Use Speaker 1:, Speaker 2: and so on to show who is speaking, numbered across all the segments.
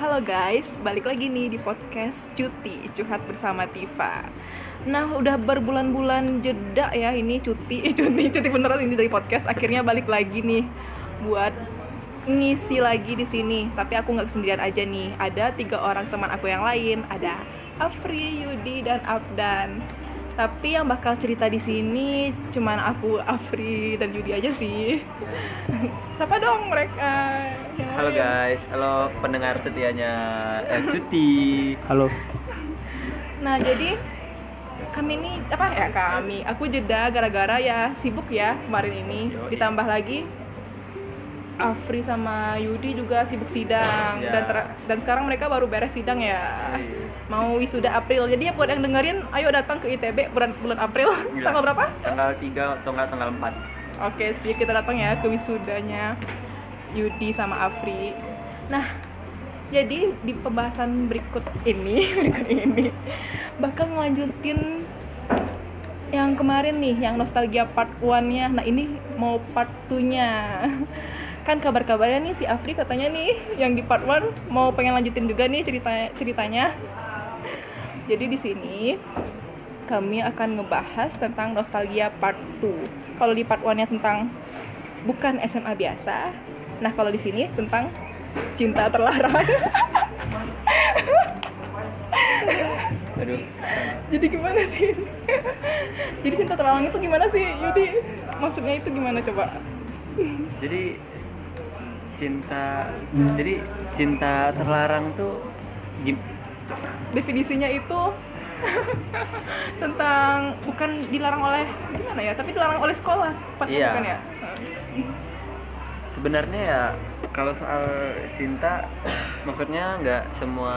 Speaker 1: Halo guys, balik lagi nih di podcast Cuti Curhat bersama Tifa. Nah, udah berbulan-bulan jeda ya ini cuti, cuti, cuti beneran ini dari podcast. Akhirnya balik lagi nih buat ngisi lagi di sini. Tapi aku nggak sendirian aja nih. Ada tiga orang teman aku yang lain. Ada Afri, Yudi, dan Afdan. Tapi yang bakal cerita di sini cuman aku, Afri, dan Yudi aja sih. Siapa dong mereka? Ya. yang
Speaker 2: Halo
Speaker 1: lain?
Speaker 2: guys, halo pendengar setianya eh, Cuti.
Speaker 3: Halo,
Speaker 1: Nah jadi kami ini apa ya kami? Aku jeda gara-gara ya sibuk ya kemarin ini.
Speaker 2: Yoi.
Speaker 1: Ditambah lagi Afri sama Yudi juga sibuk sidang
Speaker 2: Ya.
Speaker 1: dan ter- dan sekarang mereka baru beres sidang ya. Mau wisuda April. Jadi ya buat yang dengerin, ayo datang ke ITB bulan bulan April.
Speaker 2: Gila.
Speaker 1: Tanggal berapa?
Speaker 2: Tanggal 3 atau enggak tanggal 4.
Speaker 1: Oke, sih kita datang ya ke wisudanya Yudi sama Afri. Nah, jadi di pembahasan berikut ini, berikut ini bakal ngelanjutin yang kemarin nih, yang nostalgia part 1-nya. Nah, ini mau part 2-nya. Kan kabar-kabarnya nih si Afri katanya nih yang di part 1 mau pengen lanjutin juga nih cerita ceritanya. Jadi di sini kami akan ngebahas tentang nostalgia part 2. Kalau di part 1-nya tentang bukan SMA biasa. Nah, kalau di sini tentang cinta terlarang.
Speaker 2: Aduh.
Speaker 1: Jadi gimana sih? Jadi cinta terlarang itu gimana sih, Yudi? Maksudnya itu gimana coba?
Speaker 2: Jadi hmm, cinta jadi cinta terlarang tuh gim-
Speaker 1: Definisinya itu tentang bukan dilarang oleh gimana ya, tapi dilarang oleh sekolah. Tepatnya
Speaker 2: Iya.
Speaker 1: bukan ya?
Speaker 2: sebenarnya ya kalau soal cinta maksudnya nggak semua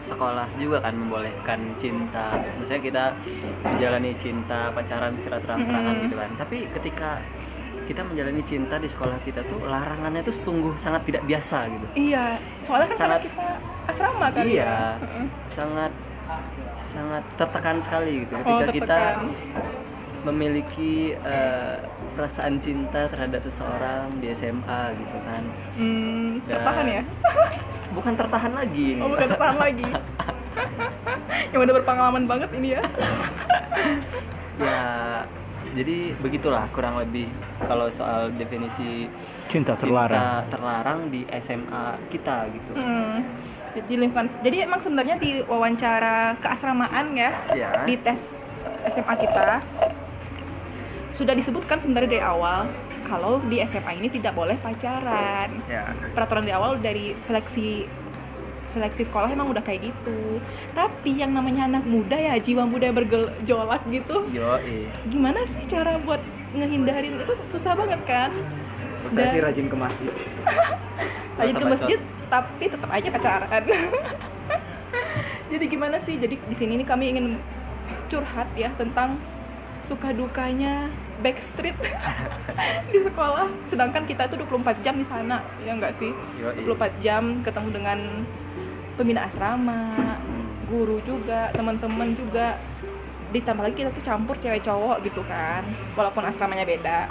Speaker 2: sekolah juga kan membolehkan cinta misalnya kita menjalani cinta pacaran secara terang-terangan
Speaker 1: Mm-mm.
Speaker 2: gitu kan tapi ketika kita menjalani cinta di sekolah kita tuh larangannya tuh sungguh sangat tidak biasa gitu
Speaker 1: Iya. Soalnya kan karena
Speaker 2: Sangat-
Speaker 1: kita asrama kan
Speaker 2: iya
Speaker 1: ya? Heeh.
Speaker 2: sangat sangat tertekan sekali gitu
Speaker 1: Oh,
Speaker 2: ketika kita
Speaker 1: tertekan.
Speaker 2: memiliki eh, perasaan cinta terhadap seseorang di SMA gitu kan
Speaker 1: Hmm,
Speaker 2: Dan-
Speaker 1: tertahan ya?
Speaker 2: bukan tertahan lagi ini.
Speaker 1: Oh, bukan tertahan lagi. Yang udah berpengalaman banget ini ya.
Speaker 2: ya jadi begitulah kurang lebih kalau soal definisi
Speaker 3: cinta terlarang.
Speaker 2: cinta terlarang di SMA kita gitu
Speaker 1: Hmm. Jadi lingkungan. Jadi emang sebenarnya di wawancara keasramaan ya,
Speaker 2: ya
Speaker 1: di tes SMA kita sudah disebutkan sebenarnya dari awal kalau di SMA ini tidak boleh pacaran.
Speaker 2: ya
Speaker 1: peraturan di awal dari seleksi seleksi sekolah emang udah kayak gitu tapi yang namanya anak muda ya jiwa muda bergejolak gitu
Speaker 2: yoi
Speaker 1: gimana sih cara buat ngehindarin itu susah banget kan
Speaker 3: Saya sih rajin ke masjid.
Speaker 1: lanjut ke
Speaker 2: Sama
Speaker 1: masjid tapi tetap aja pacaran jadi gimana sih jadi di sini nih kami ingin curhat ya tentang suka dukanya backstreet di sekolah sedangkan kita tuh 24 jam di sana ya enggak sih
Speaker 2: yoi
Speaker 1: 24 jam ketemu dengan pembina asrama, guru juga, teman-teman juga. Ditambah lagi kita tuh campur cewek cowok gitu kan, walaupun asramanya beda.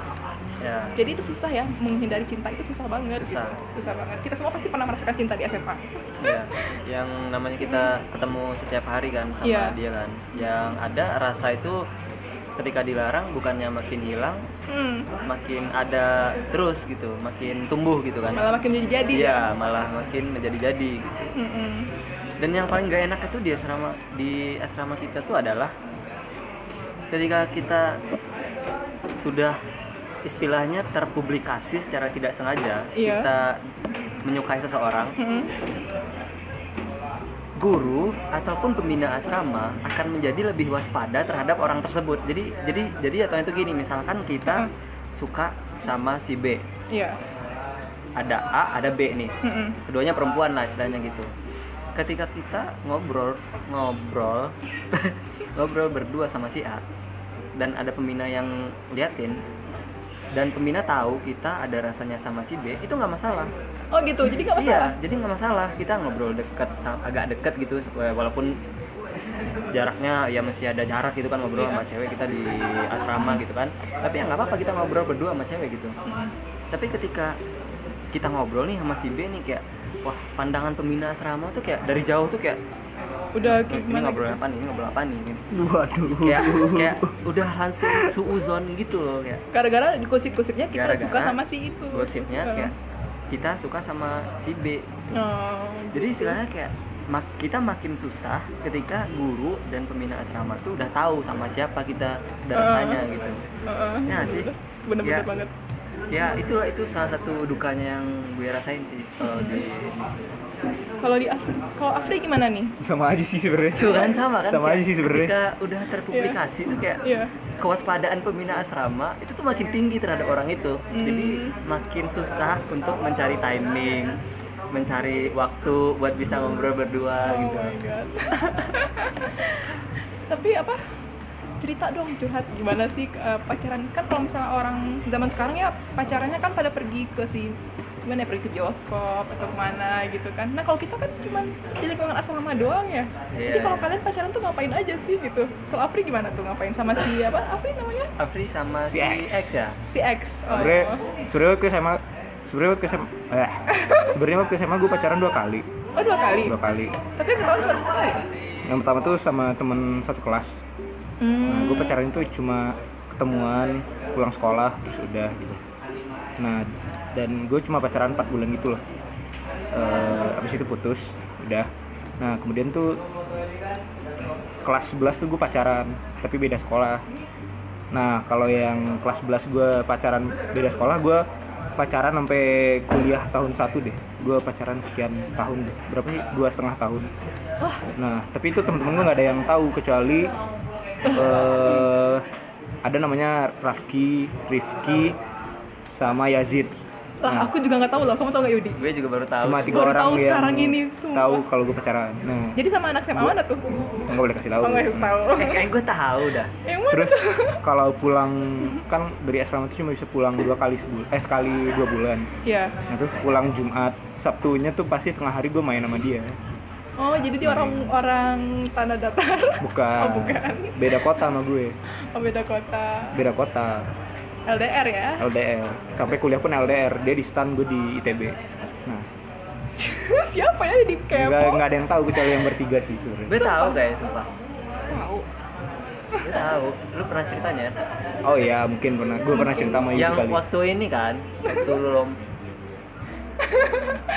Speaker 2: ya
Speaker 1: Jadi itu susah ya menghindari cinta itu susah banget.
Speaker 2: Susah.
Speaker 1: Gitu. Susah banget. Kita semua pasti pernah merasakan cinta di SMA.
Speaker 2: Iya, yang namanya kita ketemu setiap hari kan
Speaker 1: Hmm.
Speaker 2: sama
Speaker 1: Iya.
Speaker 2: dia kan. Yang ada rasa itu ketika dilarang bukannya makin hilang,
Speaker 1: Hmm,
Speaker 2: makin ada terus gitu, makin tumbuh gitu kan.
Speaker 1: malah makin jadi Hmm, jadi.
Speaker 2: Iya, malah makin menjadi-jadi gitu.
Speaker 1: Mm-mm.
Speaker 2: Dan yang paling gak enak itu di asrama di asrama kita tuh adalah ketika kita sudah istilahnya terpublikasi secara tidak sengaja
Speaker 1: Iya.
Speaker 2: kita menyukai seseorang
Speaker 1: Mm-mm.
Speaker 2: guru ataupun pembina asrama akan menjadi lebih waspada terhadap orang tersebut. Jadi jadi jadi atau itu gini, misalkan kita suka sama si B,
Speaker 1: Iya. Hmm,
Speaker 2: ada A, ada B nih.
Speaker 1: Mm-mm.
Speaker 2: Keduanya perempuan lah istilahnya gitu. Ketika kita ngobrol ngobrol ngobrol berdua sama si A dan ada pembina yang liatin dan pembina tahu kita ada rasanya sama si B itu nggak masalah
Speaker 1: Oh gitu. Jadi nggak masalah.
Speaker 2: Iya, jadi nggak masalah kita ngobrol dekat, sa- agak dekat gitu, eh, walaupun jaraknya ya masih ada jarak gitu kan ngobrol sama cewek kita di asrama gitu kan. Tapi ya nggak apa-apa kita ngobrol berdua sama cewek gitu.
Speaker 1: Mm.
Speaker 2: Tapi ketika kita ngobrol nih sama si B nih kayak wah pandangan pembina asrama tuh kayak dari jauh tuh kayak
Speaker 1: udah kayak
Speaker 2: ini
Speaker 1: gimana
Speaker 2: ngobrol
Speaker 1: gitu.
Speaker 2: apa nih ini ngobrol apa nih Gini.
Speaker 3: Waduh.
Speaker 2: kayak kayak udah langsung suuzon gitu loh kayak
Speaker 1: gara-gara di gosip-gosipnya kita
Speaker 2: Gara-gara
Speaker 1: suka sama si itu
Speaker 2: gosipnya ya?
Speaker 1: Heeh.
Speaker 2: kayak kita suka sama si B gitu.
Speaker 1: Oh,
Speaker 2: jadi istilahnya kayak mak- kita makin susah ketika guru dan pembina asrama tuh udah tahu sama siapa kita udah
Speaker 1: Ah.
Speaker 2: rasanya gitu
Speaker 1: heeh.
Speaker 2: ya sih
Speaker 1: bener-bener
Speaker 2: Ya.
Speaker 1: banget
Speaker 2: ya itu itu salah satu dukanya yang gue rasain sih kalau di
Speaker 1: kalau di Af- kalau Afri gimana nih
Speaker 3: Sama aja sih sebenarnya.
Speaker 2: itu kan sama kan
Speaker 3: Sama
Speaker 2: kayak
Speaker 3: aja sih sebenarnya.
Speaker 2: ketika udah terpublikasi tuh kayak
Speaker 1: Iya.
Speaker 2: kewaspadaan pembina asrama itu tuh makin tinggi terhadap orang itu jadi makin susah untuk mencari timing mencari waktu buat bisa ngobrol berdua
Speaker 1: oh
Speaker 2: gitu
Speaker 1: my god tapi apa cerita dong curhat gimana sih eh, pacaran kan kalau misalnya orang zaman sekarang ya pacarannya kan pada pergi ke si gimana ya pergi ke bioskop atau kemana gitu kan nah kalau kita kan cuman di lingkungan asrama doang ya jadi
Speaker 2: Iya,
Speaker 1: kalau
Speaker 2: iya.
Speaker 1: kalian pacaran tuh ngapain aja sih gitu kalau Afri gimana tuh ngapain sama si apa Afri namanya
Speaker 2: Afri sama si
Speaker 3: Si X.
Speaker 2: X ya
Speaker 1: si X oh.
Speaker 3: Sebenarnya sebenarnya waktu SMA sebenarnya waktu SMA eh sebenarnya waktu SMA gue pacaran dua kali.
Speaker 1: oh dua Nah, kali
Speaker 3: Dua kali.
Speaker 1: tapi yang ketahuan cuma sekali
Speaker 3: Yang pertama tuh sama temen satu kelas.
Speaker 1: Hmm.
Speaker 3: Nah, gue pacaran itu cuma ketemuan pulang sekolah terus udah gitu. Nah, dan gue cuma pacaran 4 bulan gitu loh. Eh, abis itu putus, udah. Nah, kemudian tuh kelas 11 tuh gue pacaran, tapi beda sekolah. Nah, kalau yang kelas 11 gue pacaran beda sekolah, gue pacaran sampai kuliah tahun satu deh. Gue pacaran sekian tahun, deh. berapa sih? Dua setengah tahun. Nah, tapi itu temen-temen gue nggak ada yang tahu kecuali eh ada namanya Rafki, Rifki, sama Yazid.
Speaker 1: lah
Speaker 3: Nah,
Speaker 1: aku juga nggak tahu loh kamu tau nggak Yudi
Speaker 2: gue juga baru tahu
Speaker 3: cuma
Speaker 2: sih.
Speaker 3: tiga
Speaker 1: Baru
Speaker 3: orang
Speaker 1: tahu
Speaker 3: yang
Speaker 1: sekarang ini, sumpah.
Speaker 3: tahu kalau gue pacaran. Nah,
Speaker 1: jadi sama anak SMA mana tuh
Speaker 3: nggak boleh kasih tahu.
Speaker 1: oh nggak tahu
Speaker 2: eh kayak gue tahu dah
Speaker 1: yang mana
Speaker 3: Terus kalau pulang kan dari asrama itu cuma bisa pulang dua kali sebulan, eh sekali dua bulan.
Speaker 1: ya
Speaker 3: Nah, terus pulang Jumat, Sabtunya tuh pasti tengah hari gue main sama dia.
Speaker 1: oh jadi dia orang orang tanah datar
Speaker 3: Bukan,
Speaker 1: Oh, bukan.
Speaker 3: beda kota sama gue,
Speaker 1: oh beda kota
Speaker 3: beda kota.
Speaker 1: LDR ya
Speaker 3: LDR sampai kuliah pun LDR dia di stan gue di ITB nah
Speaker 1: siapa ya di
Speaker 3: nggak
Speaker 1: kepo
Speaker 3: nggak ada yang tahu kecuali yang bertiga sih sebenarnya
Speaker 2: gue tahu guys sumpah
Speaker 1: tahu
Speaker 2: gue tahu lu pernah ceritanya
Speaker 3: oh iya mungkin pernah gue pernah cerita sama Yudi
Speaker 2: yang
Speaker 3: kali
Speaker 2: waktu ini kan waktu lu lom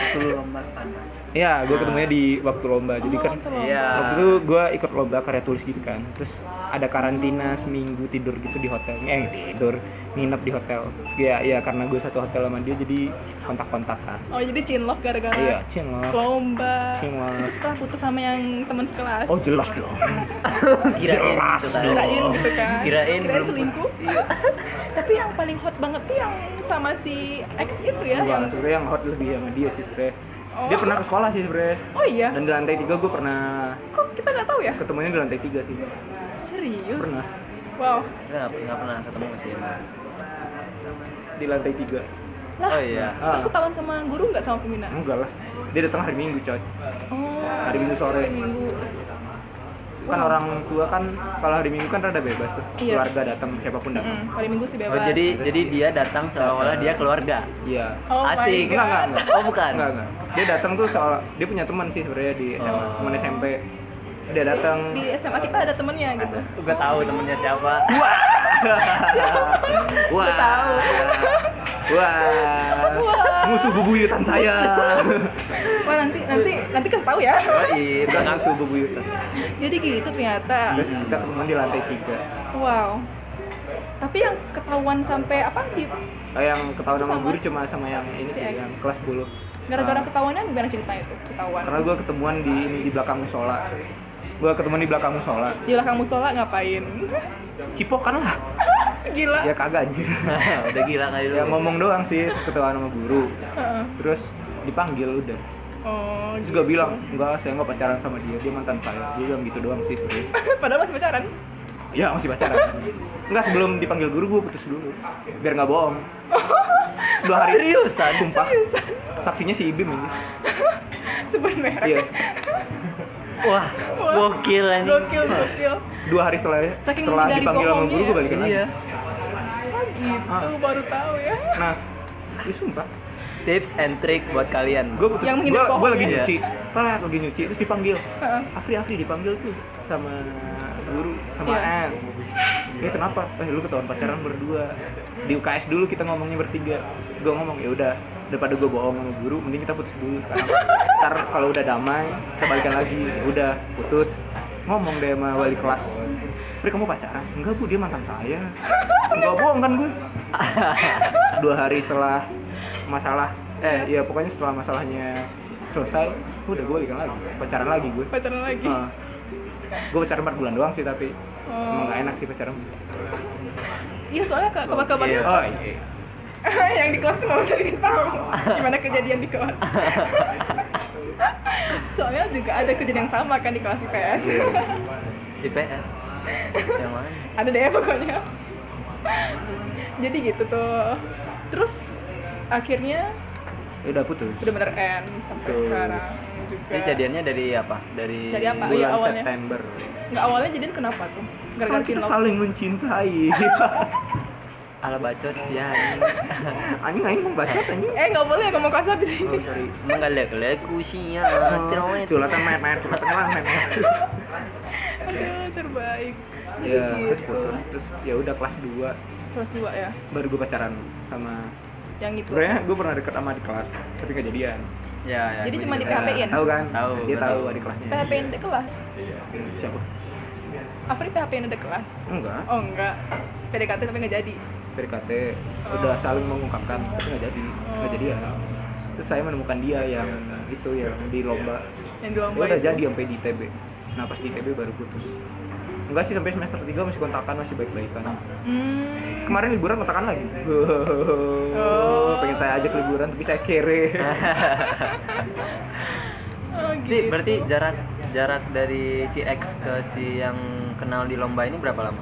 Speaker 2: waktu lu lomba panas
Speaker 3: iya gue ketemunya di waktu lomba jadi
Speaker 1: Oh,
Speaker 3: kan
Speaker 2: iya
Speaker 3: waktu itu gue ikut lomba karya tulis gitu kan terus ada karantina seminggu tidur gitu di hotel eh tidur nginep di hotel terus ya ya karena gue satu hotel sama dia jadi kontak kontakan
Speaker 1: oh jadi cinlok gara-gara
Speaker 3: iya cing lah
Speaker 1: lomba
Speaker 3: Cinlok.
Speaker 1: itu setelah putus sama yang teman sekelas
Speaker 3: oh jelas dong
Speaker 2: kirain
Speaker 3: Jelas
Speaker 2: gitu kan.
Speaker 1: kirain gitu kan
Speaker 2: kirain belum-
Speaker 1: selingkuh
Speaker 2: Iya.
Speaker 1: tapi yang paling hot banget tuh yang sama si X itu ya yang
Speaker 3: Enggak, sebenarnya yang hot lebih sama dia sih sebenarnya dia
Speaker 1: Oh.
Speaker 3: pernah ke sekolah sih sebenarnya
Speaker 1: oh iya
Speaker 3: dan di lantai tiga gue pernah
Speaker 1: kok kita nggak tahu ya
Speaker 3: ketemunya di lantai tiga sih
Speaker 1: serius
Speaker 3: pernah
Speaker 1: wow
Speaker 2: Gue nggak nggak pernah ketemu sih
Speaker 3: di lantai tiga
Speaker 1: lah
Speaker 2: oh iya
Speaker 1: terus ketahuan sama guru nggak sama pembina
Speaker 3: enggak lah dia datang hari minggu coy
Speaker 1: oh
Speaker 3: hari minggu sore
Speaker 1: hari minggu
Speaker 3: kan orang tua kan kalau hari minggu kan rada bebas tuh
Speaker 1: Iya.
Speaker 3: keluarga datang siapapun datang
Speaker 1: Mm-mm, Hmm, hari minggu sih bebas
Speaker 2: oh, jadi jadi dia datang seolah-olah dia keluarga
Speaker 3: iya
Speaker 1: Oh my God.
Speaker 2: asik
Speaker 3: enggak enggak enggak
Speaker 2: oh bukan
Speaker 3: enggak enggak dia datang tuh soal dia punya teman sih sebenarnya di SMA
Speaker 2: Oh.
Speaker 3: teman SMP dia datang eh,
Speaker 1: di SMA kita ada temennya gitu
Speaker 2: gue tahu temennya siapa wah
Speaker 1: Gua tahu.
Speaker 3: wah
Speaker 1: Wah.
Speaker 3: musuh bebuyutan saya
Speaker 1: wah nanti nanti nanti kasih tahu ya
Speaker 2: Yoi,
Speaker 3: Dia
Speaker 2: belakang
Speaker 3: musuh bebuyutan
Speaker 1: jadi gitu ternyata
Speaker 3: terus kita ketemu di lantai tiga
Speaker 1: wow tapi yang ketahuan sampai apa di
Speaker 3: Oh, yang ketahuan sama
Speaker 1: Sama.
Speaker 3: guru cuma sama yang ini sih,
Speaker 1: Si X.
Speaker 3: yang kelas 10
Speaker 1: gara-gara
Speaker 3: Ah,
Speaker 1: ketahuannya gimana ceritanya itu ketahuan
Speaker 3: Karena gue ketemuan di ini di belakang musola. Gue ketemuan di belakang musola.
Speaker 1: di belakang musola ngapain
Speaker 3: Cipokan lah.
Speaker 1: gila
Speaker 3: Ya kagak anjir.
Speaker 2: udah gila kali lu
Speaker 3: ya ngomong doang sih terus ketahuan sama guru.
Speaker 1: Heeh.
Speaker 3: Terus dipanggil udah.
Speaker 1: oh
Speaker 3: Terus gue bilang, enggak saya nggak pacaran sama dia, dia mantan saya. Dia bilang gitu doang sih sebenernya.
Speaker 1: padahal masih pacaran
Speaker 3: Ya masih pacaran. Enggak sebelum dipanggil guru gue putus dulu. Biar nggak bohong. Dua hari
Speaker 2: Seriusan?
Speaker 3: Sumpah. Saksinya si Ibim ini.
Speaker 1: sebut merek
Speaker 3: Iya.
Speaker 2: wah
Speaker 1: Wah.
Speaker 2: gokil anjing
Speaker 1: gokil gokil
Speaker 3: Dua hari setelah
Speaker 1: Saking
Speaker 3: setelah
Speaker 1: menghindari
Speaker 3: dipanggil sama
Speaker 1: bohongnya
Speaker 3: guru gue
Speaker 1: ya?
Speaker 3: balikin lagi.
Speaker 2: iya
Speaker 1: oh gitu baru Ah, tahu ya
Speaker 3: Nah, ya sumpah.
Speaker 2: tips and trick buat kalian
Speaker 3: gue putus
Speaker 1: Yang
Speaker 3: yang
Speaker 1: menghindar
Speaker 3: gua, gua
Speaker 1: bohong
Speaker 3: lagi
Speaker 2: ya?
Speaker 3: nyuci Tolak lagi nyuci terus dipanggil
Speaker 1: Heeh.
Speaker 3: Afri Afri dipanggil tuh sama guru sama
Speaker 1: Iya.
Speaker 3: An eh kenapa eh lu ketahuan pacaran berdua di UKS dulu kita ngomongnya bertiga gue ngomong ya udah daripada gue bohong sama guru mending kita putus dulu sekarang ntar kalau udah damai kita balikan lagi "Ya udah putus ngomong deh sama wali kelas Pri kamu pacaran? Enggak bu, dia mantan saya Enggak bohong kan gue Dua hari setelah masalah Eh ya pokoknya setelah masalahnya selesai Udah gue balikan lagi, pacaran lagi gue
Speaker 1: pacaran lagi
Speaker 3: gue Oh. pacaran 4 bulan doang sih tapi
Speaker 1: Oh.
Speaker 3: emang gak enak sih pacaran
Speaker 1: iya soalnya ke- kabar-kabarnya
Speaker 2: Gokil.
Speaker 3: oh iya
Speaker 1: yang di kelas tuh nggak usah dikasih tahu gimana kejadian di kelas soalnya juga ada kejadian yang sama kan di kelas IPS
Speaker 3: Iya.
Speaker 2: IPS yang mana
Speaker 1: ada deh pokoknya jadi gitu tuh terus akhirnya
Speaker 3: Ya udah putus
Speaker 1: udah bener end sampai
Speaker 3: Tuh.
Speaker 1: sekarang juga
Speaker 2: ini jadiannya dari apa dari
Speaker 1: Dari apa?
Speaker 3: bulan
Speaker 1: iya, awalnya.
Speaker 3: September
Speaker 1: nggak awalnya jadian kenapa tuh gara-gara
Speaker 3: Karena kita
Speaker 1: cinta
Speaker 3: saling mencintai
Speaker 2: ala bacot ya
Speaker 3: anjing anjing membacot anjing
Speaker 1: eh nggak boleh ngomong kasar di sini
Speaker 2: oh sorry menggalak-galakku sih ya
Speaker 3: Oh, Culatan main-main, culatan lah Iya, main-main
Speaker 1: aduh terbaik Jadi
Speaker 3: Ya, terus
Speaker 1: gitu.
Speaker 3: putus Terus ya udah kelas 2
Speaker 1: kelas dua ya
Speaker 3: Baru gue pacaran sama
Speaker 1: yang itu
Speaker 3: Sebenernya gue pernah deket sama di kelas Tapi gak jadian
Speaker 2: ya, ya
Speaker 1: Jadi
Speaker 2: gua
Speaker 1: cuma di
Speaker 2: juga.
Speaker 1: PHP-in?
Speaker 3: Tahu kan?
Speaker 2: Tahu,
Speaker 3: Dia
Speaker 2: gua
Speaker 3: tahu
Speaker 2: tahu.
Speaker 3: adik kelasnya Iya.
Speaker 1: PHP yang ada kelas
Speaker 3: Siapa?
Speaker 1: Afri PHP yang ada kelas
Speaker 3: Enggak
Speaker 1: oh enggak PDKT tapi nggak jadi
Speaker 3: PDKT udah saling mengungkapkan tapi nggak jadi nggak jadi ya terus saya menemukan dia yang itu yang di lomba
Speaker 1: yang dua
Speaker 3: Dia udah jadi sampai di ITB nah pas di ITB baru putus enggak sih sampai semester 3 masih kontakan masih baik-baikan
Speaker 1: hmm.
Speaker 3: kemarin liburan kontakan lagi
Speaker 2: Oh.
Speaker 3: pengen saya ajak liburan tapi saya kere
Speaker 1: oh,
Speaker 2: Berarti,
Speaker 1: gitu.
Speaker 2: berarti jarak jarak dari si X ke si yang kenal di lomba ini berapa lama?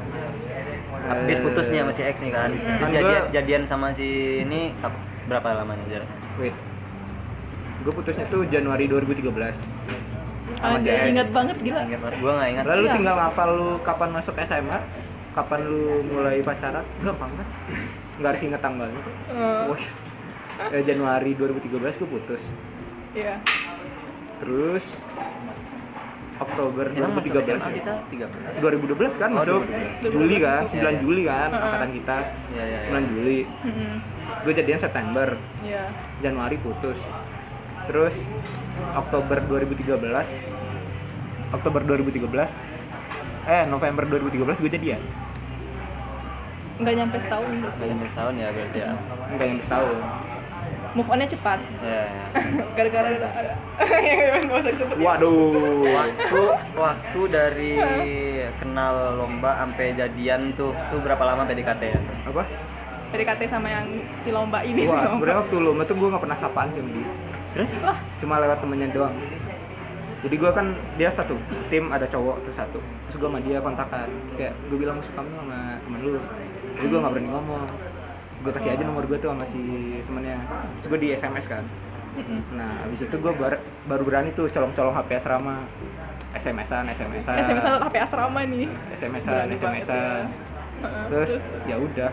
Speaker 2: Habis putusnya sama si X nih kan. Terus
Speaker 3: Kan
Speaker 2: jadian,
Speaker 3: gua-
Speaker 2: jadian sama si ini ap- berapa lama nih jaraknya?
Speaker 3: wait gue putusnya tuh Januari 2013
Speaker 1: Ah,
Speaker 3: sama si
Speaker 1: dia
Speaker 3: X.
Speaker 1: ingat banget gila
Speaker 2: Ingat banget, gua nggak ingat.
Speaker 3: lalu
Speaker 1: Iya.
Speaker 3: tinggal ngapal lu kapan masuk SMA kapan lu mulai pacaran gampang kan nggak harus inget tanggalnya kok.
Speaker 1: Eh,
Speaker 3: Wah. Eh, Januari 2013 gue putus
Speaker 1: iya
Speaker 3: terus Oktober
Speaker 2: Emang masuk
Speaker 3: 2013
Speaker 2: SMA kita 13.
Speaker 3: 2012 kan
Speaker 2: Oh,
Speaker 3: masuk
Speaker 2: 2012.
Speaker 3: Juli kan
Speaker 2: Iya,
Speaker 3: 9
Speaker 2: iya.
Speaker 3: Juli kan
Speaker 1: Heeh.
Speaker 3: angkatan kita
Speaker 2: Iya, iya, iya.
Speaker 3: 9 Juli
Speaker 1: Mm-mm.
Speaker 3: gue jadian September
Speaker 1: iya
Speaker 3: Januari putus terus Oktober 2013 Oktober 2013 eh November 2013 gue jadian
Speaker 1: nggak nyampe setahun
Speaker 2: Nggak nyampe setahun ya berarti ya.
Speaker 3: enggak yang setahun
Speaker 1: move onnya cepat
Speaker 2: Ya.
Speaker 1: gara-gara ada nggak usah disebut ya.
Speaker 3: waduh
Speaker 2: Waktu waktu dari kenal lomba sampai jadian tuh tuh berapa lama PDKT ya?
Speaker 3: apa
Speaker 1: PDKT sama yang di lomba ini sih
Speaker 3: Wah,
Speaker 1: lomba.
Speaker 3: sebenernya waktu lomba tuh gue gak pernah sapaan sih sama dia
Speaker 2: Terus
Speaker 1: lah
Speaker 3: Cuma lewat temennya doang Jadi gue kan, dia satu tim ada cowok tuh satu Terus gue sama dia kontakan Kayak gue bilang suka lu sama temen lu Jadi gue gak berani ngomong Gue kasih aja nomor gue tuh sama si temennya Terus gue di SMS kan
Speaker 1: Mm-mm.
Speaker 3: Nah abis itu gue bar- baru berani tuh colong-colong HP asrama SMS-an, SMS-an
Speaker 1: SMS sama HP asrama nih
Speaker 3: SMS-an,
Speaker 1: Berani banget
Speaker 3: SMS-an
Speaker 1: ya. Heeh.
Speaker 3: terus ya udah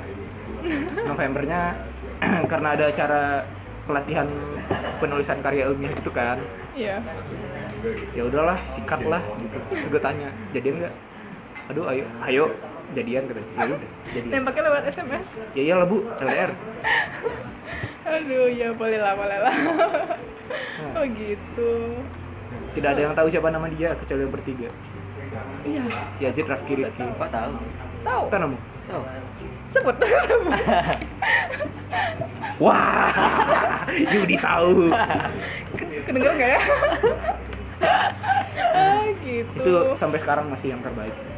Speaker 3: Novembernya karena ada acara pelatihan penulisan karya ilmiah gitu kan
Speaker 1: iya
Speaker 3: ya udahlah sikat lah gitu Terus gue tanya jadian nggak aduh ayo ayo jadian katanya ya udah jadian
Speaker 1: nembaknya lewat SMS
Speaker 3: ya iyalah bu LDR
Speaker 1: aduh ya boleh lah boleh lah
Speaker 3: Hmm.
Speaker 1: oh gitu
Speaker 3: tidak ada yang tahu siapa nama dia kecuali yang bertiga
Speaker 1: iya
Speaker 3: Yazid Rafki Rifki
Speaker 2: kok tahu?
Speaker 1: tahu
Speaker 3: kita nemu
Speaker 2: Tahu.
Speaker 1: sebut sebut.
Speaker 3: wah Yudi tahu
Speaker 1: kedenger nggak ya ah gitu
Speaker 3: itu sampai sekarang masih yang terbaik sih.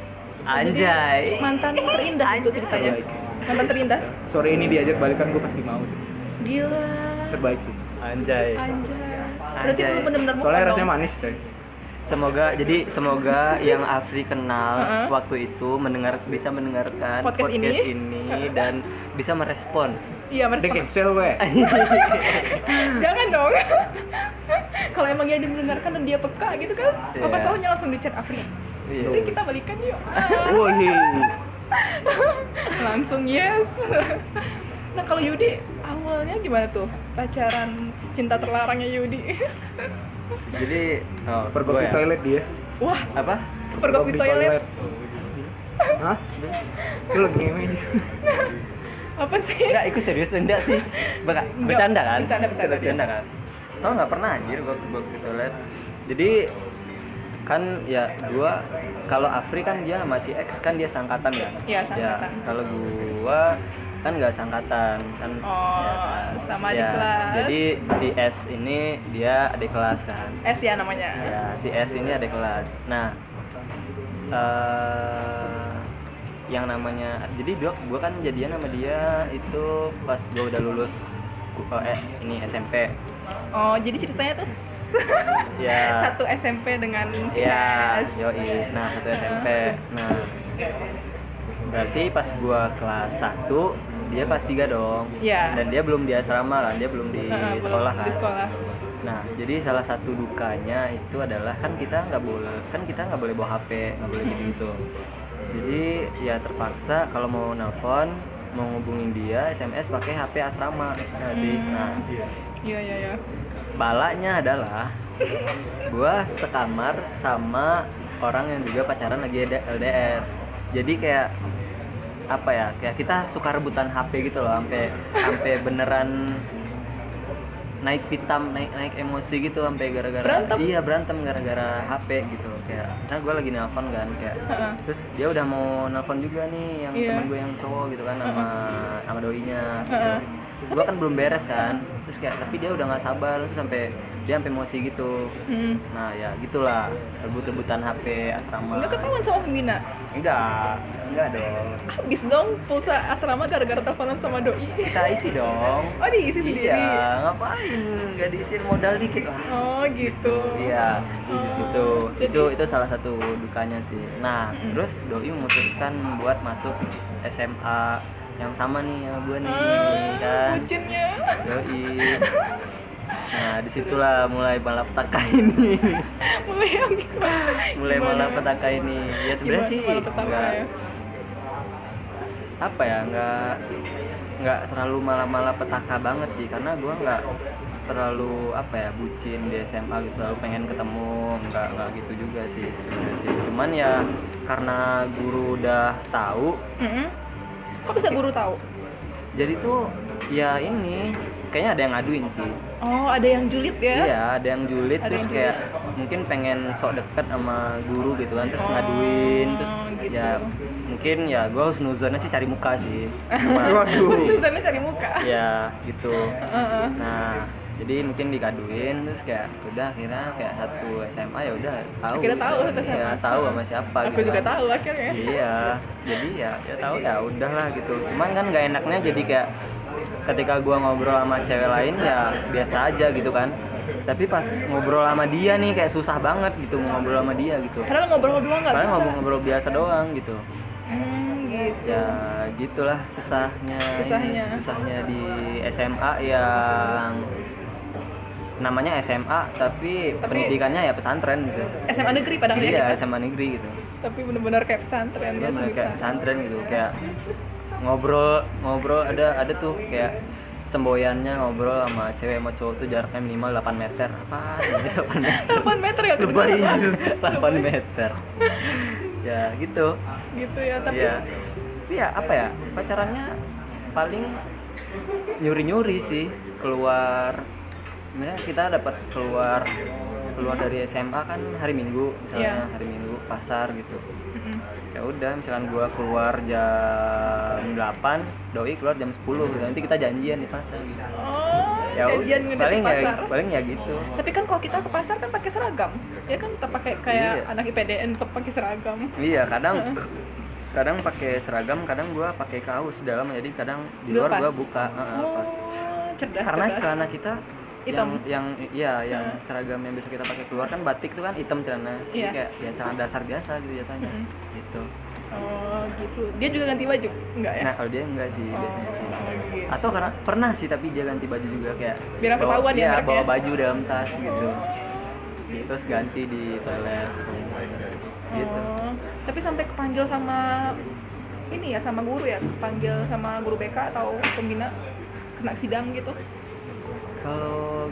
Speaker 2: Anjay.
Speaker 1: mantan terindah itu ceritanya
Speaker 3: terbaik sih.
Speaker 1: mantan terindah
Speaker 3: sore ini diajak balikan gue pasti mau sih
Speaker 1: gila
Speaker 3: terbaik sih
Speaker 2: Anjay.
Speaker 1: anjay berarti
Speaker 2: Anjay.
Speaker 1: lu bener-bener move on
Speaker 3: soalnya
Speaker 1: dong.
Speaker 3: rasanya manis deh
Speaker 2: Semoga jadi semoga yang Afri kenal
Speaker 1: Heeh.
Speaker 2: waktu itu mendengar bisa mendengarkan
Speaker 1: Podcast ini.
Speaker 2: ini, dan bisa merespon.
Speaker 1: iya
Speaker 3: Dia
Speaker 1: merespon
Speaker 3: cancel weh
Speaker 1: jangan dong kalau emang dia mendengarkan dan dia peka gitu kan
Speaker 2: Iya.
Speaker 1: apa salahnya langsung di chat Afri
Speaker 3: Iya.
Speaker 1: Nanti kita balikan
Speaker 2: Iya.
Speaker 1: yuk Ah,
Speaker 3: Woi.
Speaker 1: langsung yes Nah kalau Yudi awalnya gimana tuh pacaran cinta terlarangnya Yudi?
Speaker 2: Jadi oh,
Speaker 3: pergok
Speaker 2: gua
Speaker 3: di
Speaker 2: ya.
Speaker 3: toilet dia
Speaker 1: Wah
Speaker 2: Apa?
Speaker 1: pergok di Iya. toilet
Speaker 3: hah lu lagi ngewe di sana.
Speaker 1: apa sih?
Speaker 2: Enggak, itu serius enggak sih? Baka,
Speaker 1: Enggak,
Speaker 2: bercanda kan?
Speaker 1: bercanda, bercanda.
Speaker 2: kan? Tau nggak pernah anjir gua gua ke toilet. Jadi kan ya gua kalau Afri kan dia masih X kan dia sangkatan kan?
Speaker 1: Iya,
Speaker 2: Ya,
Speaker 1: sangkatan.
Speaker 2: kalau gua kan nggak sangkatan kan
Speaker 1: Oh,
Speaker 2: ya kan?
Speaker 1: sama adik kelas.
Speaker 2: Jadi si S ini dia adik kelas kan.
Speaker 1: S ya namanya.
Speaker 2: Ya, si S ini ada kelas. Nah, eh yang namanya jadi gua, gua kan jadian sama dia itu pas gua udah lulus ku- eh, ini SMP.
Speaker 1: Oh jadi ceritanya tuh
Speaker 2: Ya.
Speaker 1: satu SMP dengan si
Speaker 2: Ya,
Speaker 1: S.
Speaker 2: yoi. Nah, satu SMP. Nah, berarti pas gua kelas 1 dia kelas 3 dong.
Speaker 1: Iya.
Speaker 2: Dan dia belum di asrama kan, dia belum di
Speaker 1: Heeh, belum
Speaker 2: sekolah kan.
Speaker 1: Di sekolah.
Speaker 2: Nah, jadi salah satu dukanya itu adalah kan kita nggak boleh kan kita nggak boleh bawa HP, nggak boleh gitu gitu. Jadi ya terpaksa kalau mau nelpon mau ngubungin dia SMS pakai HP asrama. Nah, sih. Nah,
Speaker 1: Iya iya iya.
Speaker 2: balanya adalah gua sekamar sama orang yang juga pacaran lagi ada LDR. Jadi kayak apa ya? Kayak kita suka rebutan HP gitu loh sampai sampai beneran naik pitam, naik naik emosi gitu sampai gara-gara
Speaker 1: Berantem?
Speaker 2: iya berantem gara-gara HP gitu kayak misalnya gue lagi nelpon kan kayak
Speaker 1: Heeh.
Speaker 2: terus dia udah mau nelpon juga nih yang
Speaker 1: Iya.
Speaker 2: temen gue yang cowok gitu kan sama sama doinya gitu.
Speaker 1: Heeh.
Speaker 2: gue kan belum beres kan terus kayak tapi dia udah nggak sabar terus sampai dia sampai emosi gitu
Speaker 1: Hmm.
Speaker 2: nah ya gitulah rebut-rebutan HP asrama
Speaker 1: Enggak ketahuan sama pembina.
Speaker 2: enggak enggak dong
Speaker 1: Habis dong pulsa asrama gara-gara teleponan sama doi.
Speaker 2: kita isi dong
Speaker 1: Oh diisi sendiri.
Speaker 2: iya ngapain nggak diisiin modal dikit lah
Speaker 1: Oh gitu.
Speaker 2: Iya, itu
Speaker 1: Oh,
Speaker 2: itu itu salah satu dukanya sih. Nah, terus doi memutuskan buat masuk SMA yang sama nih sama gue nih
Speaker 1: Ah,
Speaker 2: kan.
Speaker 1: bucinnya.
Speaker 2: Doi. Nah, disitulah mulai malapetaka ini.
Speaker 1: Mulai yang gimana?
Speaker 2: mulai
Speaker 1: Gimana?
Speaker 2: malapetaka ini. Ya sebenarnya
Speaker 1: Gimana
Speaker 2: sih
Speaker 1: malapetaka
Speaker 2: enggak
Speaker 1: ya?
Speaker 2: apa ya nggak nggak terlalu malah-malah petaka banget sih karena gua nggak terlalu apa ya bucin di SMA gitu terlalu pengen ketemu nggak nggak gitu juga sih sebenarnya sih cuman ya karena guru udah tahu
Speaker 1: Mm-mm. Kok bisa guru tahu?
Speaker 2: jadi tuh ya ini kayaknya ada yang ngaduin sih
Speaker 1: Oh, ada yang julid ya?
Speaker 2: iya ada yang julid
Speaker 1: Ada
Speaker 2: terus
Speaker 1: yang
Speaker 2: kayak mungkin pengen sok deket sama guru gitu kan terus ngaduin terus
Speaker 1: gitu.
Speaker 2: ya mungkin ya gue husnuzonnya sih cari muka sih
Speaker 1: Terus
Speaker 3: waduh
Speaker 1: tulisannya cari muka.
Speaker 2: ya gitu
Speaker 1: Heeh.
Speaker 2: Nah, jadi mungkin dikaduin terus kayak udah akhirnya kayak satu SMA ya udah tahu.
Speaker 1: Akhirnya tahu satu SMA.
Speaker 2: Ya, tahu sama siapa kan.
Speaker 1: Aku juga tahu ya. akhirnya.
Speaker 2: Iya. Jadi ya ya tahu ya udahlah gitu. Cuman kan nggak enaknya jadi kayak ketika gua ngobrol sama cewek lain ya biasa aja gitu kan. Tapi pas ngobrol sama dia nih kayak susah banget gitu mau ngobrol sama dia gitu.
Speaker 1: Padahal ngobrol-ngobrol nggak
Speaker 2: Paling
Speaker 1: bisa.
Speaker 2: ngobrol-ngobrol biasa doang gitu.
Speaker 1: Hmm, gitu.
Speaker 2: Ya gitulah susahnya. ini,
Speaker 1: Susahnya.
Speaker 2: susahnya di SMA yang namanya SMA tapi,
Speaker 1: Tapi-
Speaker 2: pendidikannya ya pesantren gitu.
Speaker 1: SMA negeri pada
Speaker 2: Jadi
Speaker 1: akhirnya
Speaker 2: ya
Speaker 1: kita.
Speaker 2: SMA negeri gitu.
Speaker 1: Tapi bener-bener kayak pesantren.
Speaker 2: Dia
Speaker 1: ya,
Speaker 2: bener Iya, kayak
Speaker 1: susah.
Speaker 2: pesantren gitu kayak ngobrol ngobrol ada ada tuh kayak semboyannya ngobrol sama cewek sama cowok tuh jaraknya minimal 8 meter apa 8 meter
Speaker 1: 8 meter ya
Speaker 2: lebay
Speaker 1: kebetulan.
Speaker 2: gitu. 8 meter ya gitu
Speaker 1: Gitu ya, tapi
Speaker 2: Iya. Tapi ya apa ya? Pacarannya paling nyuri-nyuri sih keluar. Sebenarnya kita dapat keluar keluar dari SMA kan hari Minggu misalnya
Speaker 1: Iya.
Speaker 2: hari Minggu pasar gitu.
Speaker 1: Mm-mm.
Speaker 2: Ya udah misalkan gua keluar jam 8, doi keluar jam 10 gitu. Nanti kita janjian di pasar gitu.
Speaker 1: Oh,
Speaker 2: Ya
Speaker 1: janjian
Speaker 2: udah,
Speaker 1: ngedate
Speaker 2: paling
Speaker 1: di
Speaker 2: ya
Speaker 1: pasar.
Speaker 2: paling ya gitu.
Speaker 1: Tapi kan kalau kita ke pasar kan pakai seragam. Ya kan kita pakai kayak
Speaker 2: Iya.
Speaker 1: anak IPDN tetap pakai seragam.
Speaker 2: Iya, kadang kadang pakai seragam, kadang gua pakai kaos dalam jadi kadang di luar
Speaker 1: Lepas.
Speaker 2: gua buka, heeh, lepas.
Speaker 1: Oh, cerdas.
Speaker 2: Ah, karena
Speaker 1: cerdas.
Speaker 2: celana kita
Speaker 1: Hitam. Nah.
Speaker 2: yang yang iya yang seragam yang bisa kita pakai keluar kan batik itu kan hitam celana Jadi
Speaker 1: Iya.
Speaker 2: kayak ya celana dasar biasa gitu jatuhnya
Speaker 1: Mm-mm.
Speaker 2: gitu
Speaker 1: Oh, gitu. Dia juga ganti baju? Enggak ya?
Speaker 2: nah kalau dia enggak sih biasanya sih
Speaker 1: Oh, gitu.
Speaker 2: atau karena pernah sih tapi dia ganti baju juga kayak
Speaker 1: Biar nggak ketahuan ya
Speaker 2: iya,
Speaker 1: mereknya. Oh.
Speaker 2: bawa baju dalam tas gitu terus ganti di toilet gitu
Speaker 1: Oh, tapi sampai kepanggil sama ini ya sama guru ya panggil sama guru BK atau pembina kena sidang gitu
Speaker 2: Kalau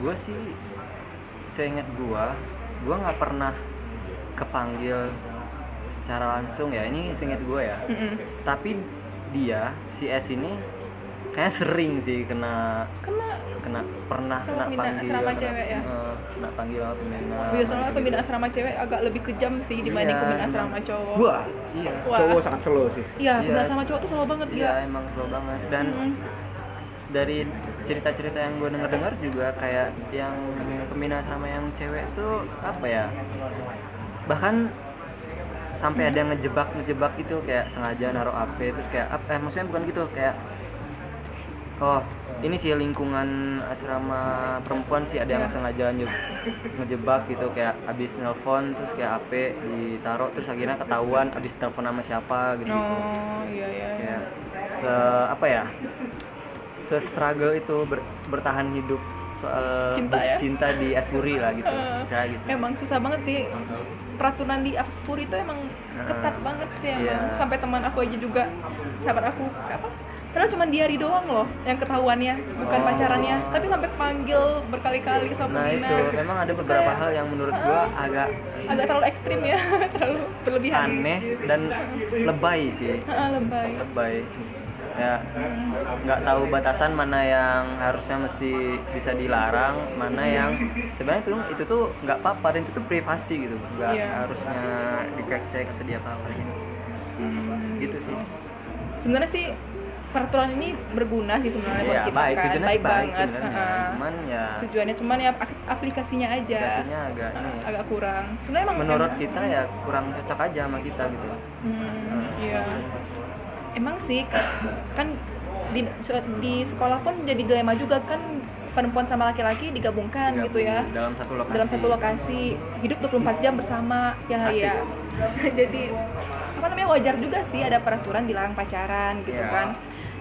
Speaker 2: gue sih, seingat gue, gue nggak pernah kepanggil secara langsung ya. Ini seingat gue ya.
Speaker 1: Mm-mm.
Speaker 2: Tapi dia si S ini kayak sering sih kena
Speaker 1: kena
Speaker 2: kena pernah
Speaker 1: Sama
Speaker 2: kena
Speaker 1: pembina
Speaker 2: panggil
Speaker 1: asrama
Speaker 2: kena,
Speaker 1: cewek ya?
Speaker 2: eh, kena panggil sama pembina.
Speaker 1: biasanya
Speaker 2: gitu-gitu.
Speaker 1: Iya, pembina asrama cewek agak lebih kejam sih dibanding
Speaker 2: Iya,
Speaker 1: pembina
Speaker 2: emang.
Speaker 1: asrama cowok
Speaker 3: Wah,
Speaker 2: Iya.
Speaker 1: Wah.
Speaker 3: cowok sangat slow sih.
Speaker 1: iya pembina
Speaker 2: Iya.
Speaker 1: asrama cowok tuh selalu banget
Speaker 2: Iya
Speaker 1: ya
Speaker 2: emang slow banget dan dari cerita-cerita yang gue denger-dengar juga kayak yang pembina asrama yang cewek tuh apa ya bahkan sampai ada yang ngejebak ngejebak itu kayak sengaja naruh AP terus kayak apa eh, maksudnya bukan gitu kayak oh ini sih lingkungan asrama perempuan sih ada yang sengaja nje- ngejebak gitu kayak abis nelpon terus kayak AP ditaruh terus akhirnya ketahuan abis telepon sama siapa gitu
Speaker 1: oh iya iya iya.
Speaker 2: kayak Ya, se apa ya se struggle itu ber- bertahan hidup soal
Speaker 1: Cinta ya?
Speaker 2: cinta di Asburi lah gitu
Speaker 1: Eh.
Speaker 2: misalnya gitu
Speaker 1: emang susah banget sih peraturan di Afspur itu emang ketat banget sih emang
Speaker 2: Iya.
Speaker 1: sampai teman aku aja juga sahabat aku apa padahal cuma diari doang loh yang ketahuannya bukan
Speaker 2: Oh.
Speaker 1: pacarannya tapi sampai panggil berkali-kali sama
Speaker 2: nah
Speaker 1: Nina
Speaker 2: itu memang ada beberapa
Speaker 1: kayak-
Speaker 2: hal yang menurut gua agak
Speaker 1: agak terlalu ekstrim ya terlalu berlebihan
Speaker 2: aneh dan lebay sih
Speaker 1: Ah, lebay
Speaker 2: lebay ya nggak tahu batasan mana yang harusnya mesti bisa dilarang mana yang sebenarnya tuh itu tuh nggak apa-apa dan itu tuh privasi gitu nggak
Speaker 1: Iya.
Speaker 2: harusnya dicek-cek atau diapa-apain gitu sih
Speaker 1: sebenarnya sih peraturan ini berguna sih sebenarnya buat
Speaker 2: Iya,
Speaker 1: kita
Speaker 2: baik,
Speaker 1: kan
Speaker 2: tujuannya
Speaker 1: baik
Speaker 2: sih baik
Speaker 1: banget
Speaker 2: sebenarnya.
Speaker 1: Ah,
Speaker 2: Cuman ya
Speaker 1: tujuannya cuman ya ak- aplikasinya aja
Speaker 2: aplikasinya agak ini. ya.
Speaker 1: agak kurang sebenarnya emang
Speaker 2: Menurut
Speaker 1: emang-
Speaker 2: kita ya kurang cocok aja sama kita gitu.
Speaker 1: Hmm, iya. Emang sih kan di so- di sekolah pun jadi dilema juga kan perempuan sama laki-laki digabungkan
Speaker 2: Iya,
Speaker 1: gitu ya.
Speaker 2: Dalam satu lokasi.
Speaker 1: Dalam satu lokasi, hidup 24 jam bersama. Ya
Speaker 2: Asik.
Speaker 1: ya. jadi apa namanya wajar juga sih ada peraturan dilarang pacaran gitu
Speaker 2: Iya.
Speaker 1: kan.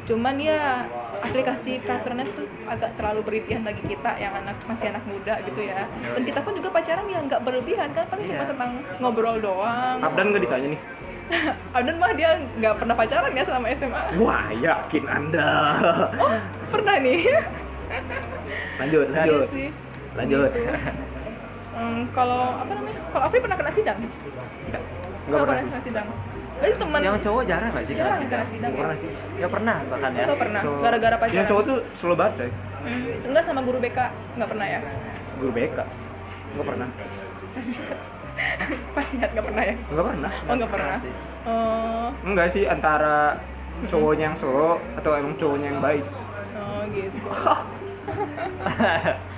Speaker 1: Cuman ya aplikasi peraturannya tuh agak terlalu berlebihan bagi kita yang anak masih anak muda gitu ya. Dan kita pun juga pacaran ya nggak berlebihan kan paling cuma
Speaker 2: Iya.
Speaker 1: tentang ngobrol doang.
Speaker 3: Abdan nggak ditanya nih?
Speaker 1: Abdan mah dia nggak pernah pacaran ya selama SMA.
Speaker 3: Wah, yakin anda.
Speaker 1: Oh, pernah nih.
Speaker 3: Lanjut,
Speaker 1: Iya
Speaker 3: lanjut,
Speaker 1: sih.
Speaker 3: lanjut.
Speaker 1: Gitu. Hmm, kalau apa namanya? Kalau Afri pernah kena sidang?
Speaker 3: Enggak, enggak pernah.
Speaker 1: kena sidang. Berarti teman
Speaker 2: Yang cowok jarang nggak sih
Speaker 1: jarang
Speaker 2: kelas
Speaker 1: kena sidang.
Speaker 3: Nggak
Speaker 1: ya?
Speaker 3: pernah sih.
Speaker 2: Nggak pernah bahkan ya.
Speaker 1: Itu pernah
Speaker 3: So-
Speaker 1: Nah, gara-gara pacaran.
Speaker 3: Yang cowok tuh slow banget coy.
Speaker 1: Hmm, enggak sama guru BK nggak pernah ya?
Speaker 3: Guru BK. Enggak pernah.
Speaker 1: Pas lihat nggak pernah ya?
Speaker 3: Enggak pernah.
Speaker 1: Oh nggak pernah.
Speaker 2: sih.
Speaker 1: Oh,
Speaker 3: Enggak sih antara cowoknya yang slow atau emang cowoknya yang baik.
Speaker 1: oh gitu.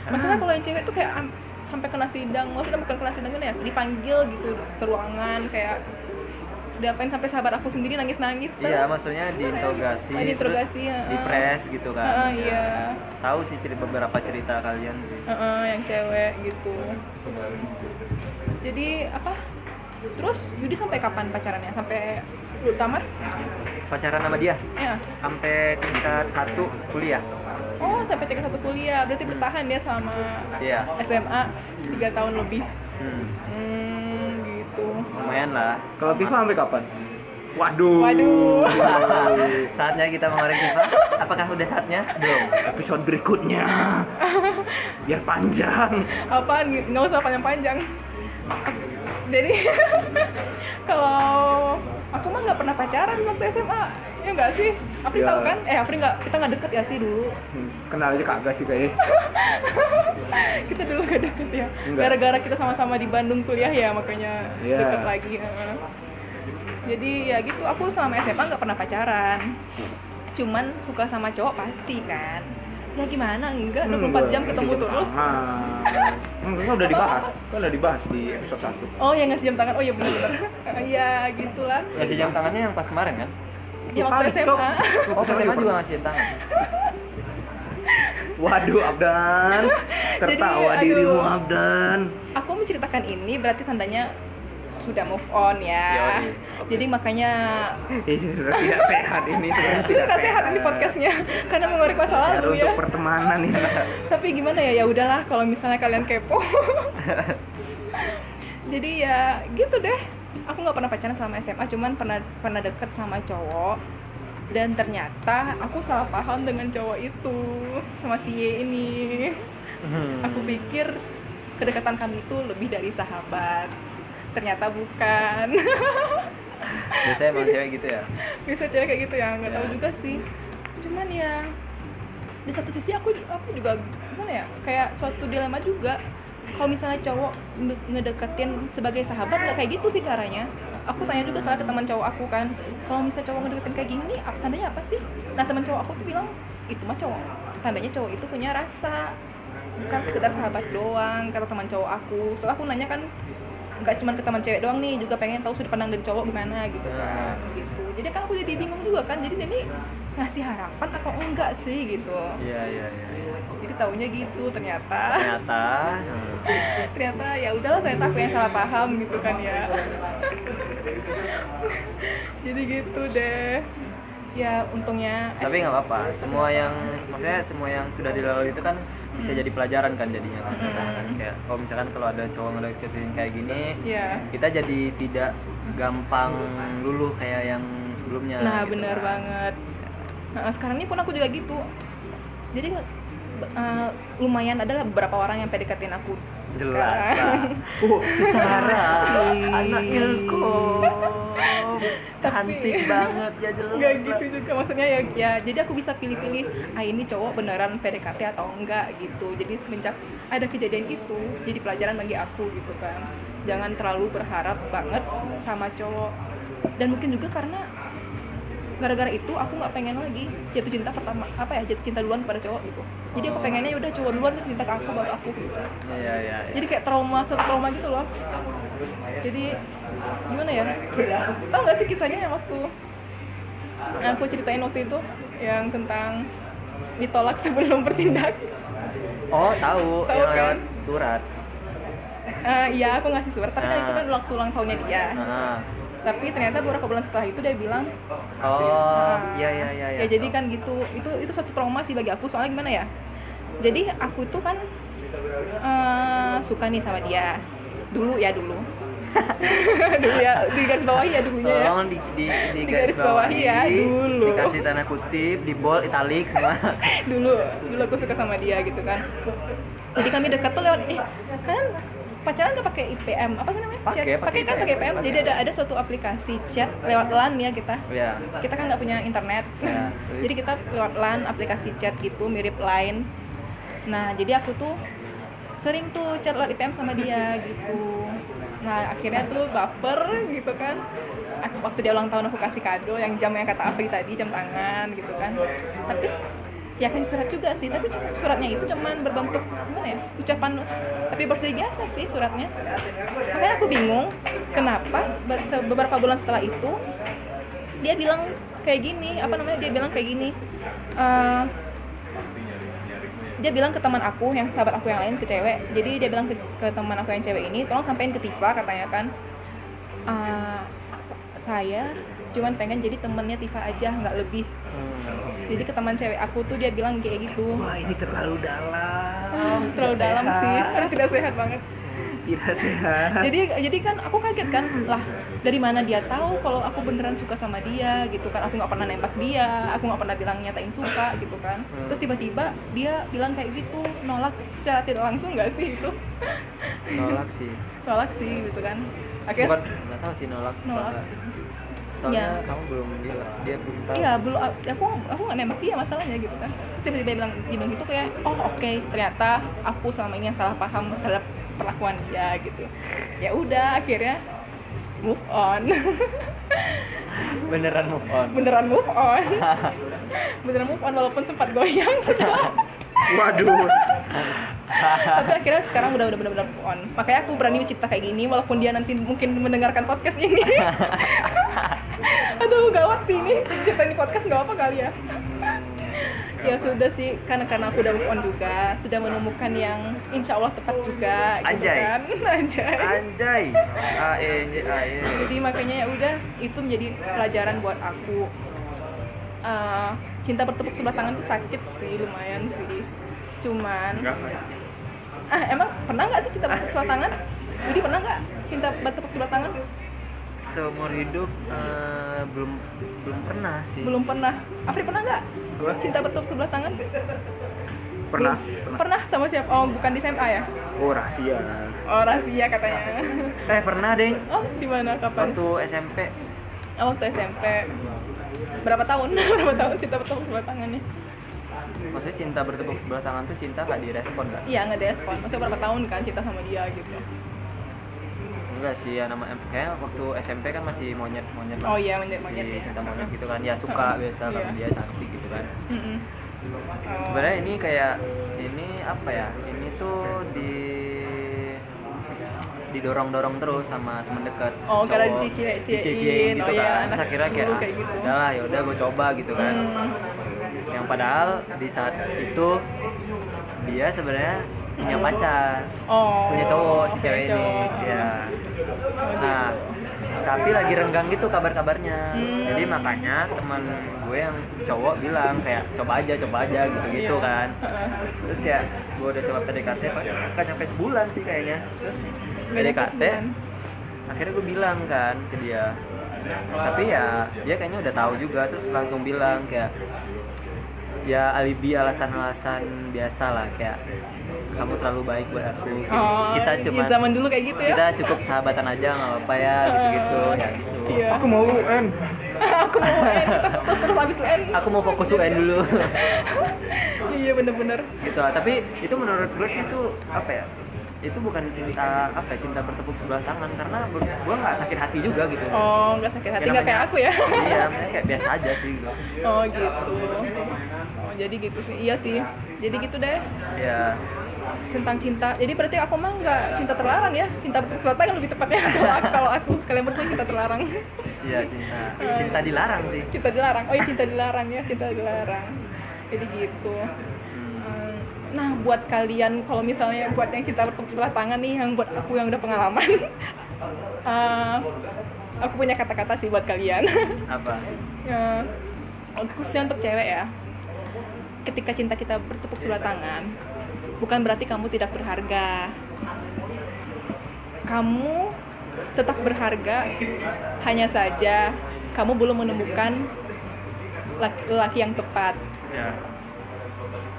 Speaker 1: Masalah kalau yang cewek tuh kayak am- sampai kena sidang, maksudnya bukan kena sidang kan ya, dipanggil gitu ke ruangan kayak diapain sampai sahabat aku sendiri nangis-nangis
Speaker 2: Iya,
Speaker 1: padahal-
Speaker 2: maksanya diinterogasi,
Speaker 1: Oh, diinterogasi,
Speaker 2: terus
Speaker 1: ya.
Speaker 2: dipres gitu kan.
Speaker 1: Heeh, iya.
Speaker 2: Tahu sih cerita beberapa cerita kalian sih.
Speaker 1: Heeh, yang cewek gitu. Jadi apa? Terus Yudi sampai kapan pacarannya? Sampai lu tamat?
Speaker 2: Pacaran sama dia
Speaker 1: Ya.
Speaker 2: sampai tingkat satu kuliah.
Speaker 1: Oh, sampai tingkat satu kuliah. Berarti bertahan ya sama
Speaker 2: Iya.
Speaker 1: SMA 3 tahun lebih.
Speaker 2: Hmm,
Speaker 1: Hmm, gitu.
Speaker 2: lumayan lah.
Speaker 3: Kalau Tifa sampai kapan? Waduh.
Speaker 1: Waduh.
Speaker 2: Saatnya kita mengorek Diva. Apakah udah saatnya? Belum.
Speaker 3: Episode berikutnya. Biar panjang.
Speaker 1: Apaan? Nggak usah panjang-panjang. Jadi kalau aku mah nggak pernah pacaran waktu SMA. Ya nggak sih? Apri
Speaker 3: Ya.
Speaker 1: tahu kan? Eh, Apri nggak kita nggak deket ya sih dulu.
Speaker 3: Hmm, Kenal aja kagak sih kayaknya.
Speaker 1: kita dulu gak deket ya
Speaker 3: Enggak.
Speaker 1: gara-gara kita sama-sama di Bandung kuliah ya makanya
Speaker 3: Iya.
Speaker 1: deket lagi heeh. jadi ya gitu aku selama SMA nggak pernah pacaran cuman suka sama cowok pasti kan ya gimana enggak 24 jam
Speaker 3: Nggak,
Speaker 1: ketemu
Speaker 3: Hmm, ngasih jam
Speaker 1: terus
Speaker 3: tangan. Hmm, kan udah dibahas. Kan udah dibahas di episode 1.
Speaker 1: oh ya ngasih jam tangan oh ya bener
Speaker 3: Iya.
Speaker 1: ya gitulah
Speaker 2: Ngasih jam tangannya yang pas kemarin kan?
Speaker 1: ya waktu SMA
Speaker 2: Oh, pas SMA juga ngasih jam tangan.
Speaker 3: Waduh, Abdan. Tertawa
Speaker 1: aduh.
Speaker 3: dirimu, Abdan.
Speaker 1: aku menceritakan ini berarti tandanya sudah move on ya
Speaker 2: Yoi.
Speaker 1: jadi makanya
Speaker 3: Ini sudah tidak sehat ini. Sudah
Speaker 1: sudah nggak sehat ini podcastnya karena mengorek masa
Speaker 3: Sehat
Speaker 1: lalu
Speaker 3: untuk
Speaker 1: ya
Speaker 3: pertemanan ini.
Speaker 1: tapi gimana ya ya udahlah kalau misalnya kalian kepo jadi ya gitu deh aku nggak pernah pacaran sama SMA cuman pernah pernah deket sama cowok dan ternyata aku salah paham dengan cowok itu sama si Y ini aku pikir kedekatan kami itu lebih dari sahabat ternyata bukan
Speaker 2: biasanya emang cewek gitu ya
Speaker 1: bisa cewek kayak gitu ya nggak tahu
Speaker 2: Ya.
Speaker 1: juga sih cuman ya di satu sisi aku aku juga gimana ya kayak suatu dilema juga kalau misalnya cowok nge- ngedeketin sebagai sahabat nggak kayak gitu sih caranya aku tanya juga soalnya ke teman cowok aku kan kalau misalnya cowok ngedeketin kayak gini apa tandanya apa sih nah teman cowok aku tuh bilang itu mah cowok tandanya cowok itu punya rasa bukan sekedar sahabat doang kata teman cowok aku soalnya aku nanya kan nggak cuma ke teman cewek doang nih juga pengen tahu sudut pandang dari cowok gimana gitu
Speaker 2: Nah.
Speaker 1: kan gitu jadi kan aku jadi bingung juga kan jadi ini ngasih harapan atau enggak sih gitu
Speaker 2: iya iya iya iya.
Speaker 1: jadi taunya gitu ternyata
Speaker 2: ternyata hmm,
Speaker 1: ternyata ya udahlah ternyata aku yang salah paham gitu kan ya jadi gitu deh ya untungnya
Speaker 2: tapi nggak apa-apa semua yang maksudnya semua yang sudah dilalui itu kan bisa jadi pelajaran kan jadinya kan
Speaker 1: Hmm.
Speaker 2: kayak kalau misalkan kalau ada cowok ngedeketin kayak gini
Speaker 1: ya
Speaker 2: kita jadi tidak gampang luluh kayak yang sebelumnya
Speaker 1: nah
Speaker 2: gitu
Speaker 1: bener
Speaker 2: kan.
Speaker 1: banget Nah, sekarang ini pun aku juga gitu jadi eh, lumayan adalah beberapa orang yang PDKT-in aku
Speaker 2: jelas
Speaker 1: Sekarang.
Speaker 2: lah. Uh, secara anak ilkom cantik banget ya jelas
Speaker 1: nggak
Speaker 2: lah.
Speaker 1: gitu juga maksudnya ya, ya jadi aku bisa pilih-pilih ah ini cowok beneran PDKT atau enggak gitu jadi semenjak ada kejadian itu jadi pelajaran bagi aku gitu kan jangan terlalu berharap banget sama cowok dan mungkin juga karena gara-gara itu aku nggak pengen lagi jatuh cinta pertama apa ya jatuh cinta duluan kepada cowok gitu jadi aku
Speaker 2: Oh.
Speaker 1: pengennya udah cowok duluan jatuh cinta ke aku baru aku gitu
Speaker 2: Iya, iya, iya.
Speaker 1: jadi kayak trauma satu trauma gitu loh jadi gimana ya tau nggak sih kisahnya yang waktu yang aku ceritain waktu itu yang tentang ditolak sebelum bertindak
Speaker 2: oh tahu,
Speaker 1: Tahu
Speaker 2: yang
Speaker 1: kan?
Speaker 2: lewat surat
Speaker 1: Eh, iya aku ngasih surat tapi kan itu kan waktu ulang tahunnya dia
Speaker 2: Nah.
Speaker 1: tapi ternyata beberapa bulan setelah itu dia bilang
Speaker 2: oh
Speaker 1: Nah,
Speaker 2: iya iya iya
Speaker 1: ya jadi kan gitu itu itu suatu trauma sih bagi aku soalnya gimana ya jadi aku itu kan eh, suka nih sama dia dulu ya dulu dulu ya di garis bawah ya dulunya ya
Speaker 2: tolong di, di, di,
Speaker 1: Digaris bawahi ya, dulu.
Speaker 2: dikasih tanda kutip di bold italik semua
Speaker 1: dulu dulu aku suka sama dia gitu kan jadi kami dekat tuh lewat eh kan pacaran nggak pakai IPM apa sih namanya
Speaker 2: Pakai,
Speaker 1: Chat.
Speaker 2: pakai
Speaker 1: pakai kan
Speaker 2: IPM,
Speaker 1: pakai IPM
Speaker 2: pakai.
Speaker 1: jadi ada ada suatu aplikasi chat lewat LAN ya kita
Speaker 2: ya
Speaker 1: kita kan nggak punya internet
Speaker 2: Ya.
Speaker 1: jadi kita lewat LAN aplikasi chat gitu mirip Line nah jadi aku tuh sering tuh chat lewat IPM sama dia gitu nah akhirnya tuh baper gitu kan aku waktu dia ulang tahun aku kasih kado yang jam yang kata Afri tadi jam tangan gitu kan tapi ya kasih surat juga sih tapi suratnya itu cuman berbentuk gimana ya ucapan tapi birthday biasa sih suratnya makanya aku bingung kenapa sebe- se- beberapa bulan setelah itu dia bilang kayak gini apa namanya dia bilang kayak gini eh, dia bilang ke teman aku yang sahabat aku yang lain ke cewek jadi dia bilang ke, ke teman aku yang cewek ini tolong sampein ke Tifa katanya kan "Eh, sa- saya cuman pengen jadi temennya Tifa aja nggak lebih jadi ke teman cewek aku tuh dia bilang kayak gitu
Speaker 2: wah ini terlalu dalam
Speaker 1: Ah,
Speaker 2: Oh, Tidak
Speaker 1: terlalu dalam sih
Speaker 2: sehat.
Speaker 1: tidak sehat banget
Speaker 2: tidak sehat
Speaker 1: jadi jadi kan aku kaget kan lah dari mana dia tahu kalau aku beneran suka sama dia gitu kan aku nggak pernah nembak dia aku nggak pernah bilang nyatain suka gitu kan
Speaker 2: Hmm.
Speaker 1: terus tiba-tiba dia bilang kayak gitu nolak secara tidak langsung nggak sih itu
Speaker 2: nolak sih
Speaker 1: nolak sih gitu kan akhirnya
Speaker 2: bukan nggak tahu sih nolak apa
Speaker 1: Nolak.
Speaker 2: nggak. soalnya
Speaker 1: Iya.
Speaker 2: kamu belum bilang dia belum tahu
Speaker 1: iya belum aku aku nggak nembak dia masalahnya gitu kan terus tiba-tiba dia bilang dia bilang gitu kayak oh oke ternyata aku selama ini yang salah paham terhadap perlakuan dia gitu ya udah akhirnya move on
Speaker 2: beneran move on
Speaker 1: beneran move on beneran move on walaupun sempat goyang setelah
Speaker 2: waduh
Speaker 1: tapi akhirnya sekarang udah udah bener-bener move on makanya aku berani cipta kayak gini walaupun dia nanti mungkin mendengarkan podcast ini aduh gawat sih ini cerita di podcast nggak apa kali ya ya sudah sih karena karena aku udah move on juga sudah menemukan yang insya Allah tepat juga gitu
Speaker 2: Anjay.
Speaker 1: kan anjay
Speaker 2: anjay a e n j a e
Speaker 1: jadi makanya ya udah itu menjadi pelajaran buat aku Eh, cinta bertepuk sebelah tangan tuh sakit sih lumayan sih cuman ah emang pernah nggak sih cinta bertepuk sebelah tangan Budi pernah nggak cinta bertepuk sebelah tangan
Speaker 2: seumur hidup eh, belum belum pernah sih
Speaker 1: belum pernah Afri pernah nggak
Speaker 3: Gua?
Speaker 1: cinta bertepuk sebelah tangan
Speaker 3: pernah pernah
Speaker 1: pernah sama siapa oh bukan di SMA ya
Speaker 3: oh rahasia
Speaker 1: oh rahasia katanya
Speaker 2: eh pernah deh
Speaker 1: oh di mana kapan
Speaker 2: waktu SMP
Speaker 1: oh, waktu SMP berapa tahun berapa tahun cinta bertepuk sebelah tangannya
Speaker 2: maksudnya cinta bertepuk sebelah tangan tuh cinta nggak direspon nggak
Speaker 1: iya nggak direspon maksudnya berapa tahun kan cinta sama dia gitu
Speaker 2: enggak sih ya nama kayak waktu SMP kan masih monyet monyet
Speaker 1: oh iya monyet monyet
Speaker 2: Si
Speaker 1: ya
Speaker 2: cinta monyet gitu kan ya suka biasa karena
Speaker 1: Iya.
Speaker 2: dia cantik gitu kan
Speaker 1: Mm-mm. Oh.
Speaker 2: sebenarnya ini kayak ini apa ya ini tuh di didorong-dorong terus sama temen dekat
Speaker 1: Oh, karena
Speaker 2: cowok.
Speaker 1: dicece-cecein.
Speaker 2: Dicece-cein gitu
Speaker 1: Oh, iya,
Speaker 2: kan
Speaker 1: anak
Speaker 2: saya kira kayak,
Speaker 1: dulu kayak gitu.
Speaker 2: "Ah, udahlah ya udah gue coba gitu kan
Speaker 1: Hmm.
Speaker 2: yang padahal di saat itu dia sebenarnya punya pacar
Speaker 1: oh
Speaker 2: punya cowok si
Speaker 1: punya
Speaker 2: cewek ini
Speaker 1: cowok.
Speaker 2: ya
Speaker 1: Oh,
Speaker 2: nah
Speaker 1: gitu.
Speaker 2: tapi lagi renggang gitu kabar-kabarnya
Speaker 1: Hmm.
Speaker 2: jadi makanya teman gue yang cowok bilang kayak coba aja coba aja gitu-gitu
Speaker 1: Iya.
Speaker 2: kan
Speaker 1: Heeh.
Speaker 2: terus kayak gue udah coba PDKT kan nyampe sebulan sih kayaknya terus
Speaker 1: Nggak nyampe
Speaker 2: PDKT
Speaker 1: sebulan.
Speaker 2: akhirnya gue bilang kan ke dia tapi ya dia kayaknya udah tahu juga terus langsung bilang kayak ya alibi alasan-alasan biasa lah kayak kamu terlalu baik buat aku gitu.
Speaker 1: Oh,
Speaker 2: kita
Speaker 1: iya,
Speaker 2: cuma
Speaker 1: zaman dulu kayak gitu ya
Speaker 2: kita cukup sahabatan aja nggak apa-apa ya gitu-gitu ya gitu
Speaker 1: Iya.
Speaker 3: aku mau UN
Speaker 1: aku mau UN terus terus habis UN
Speaker 2: aku mau fokus UN dulu
Speaker 1: iya bener-bener
Speaker 2: gitu lah tapi itu menurut gue sih itu apa ya itu bukan cinta apa ya, cinta bertepuk sebelah tangan karena gue nggak sakit hati juga gitu
Speaker 1: oh nggak sakit hati nggak kayak aku ya
Speaker 2: iya makanya kayak biasa aja sih gitu
Speaker 1: oh gitu oh jadi gitu sih iya sih jadi gitu deh
Speaker 2: ya
Speaker 1: tentang cinta jadi berarti aku mah nggak cinta terlarang ya cinta berselatan yang lebih tepatnya kalau aku, kalau aku kalian berdua cinta terlarang
Speaker 2: iya cinta cinta dilarang sih
Speaker 1: cinta dilarang oh iya cinta dilarang ya cinta dilarang jadi gitu
Speaker 2: Hmm.
Speaker 1: Ehm, nah buat kalian kalau misalnya buat yang cinta bertepuk sebelah tangan nih yang buat aku yang udah pengalaman eh, aku punya kata-kata sih buat kalian
Speaker 2: apa
Speaker 1: ya khususnya untuk cewek ya ketika cinta kita bertepuk sebelah tangan bukan berarti kamu tidak berharga kamu tetap berharga hanya saja kamu belum menemukan laki-laki yang tepat
Speaker 2: ya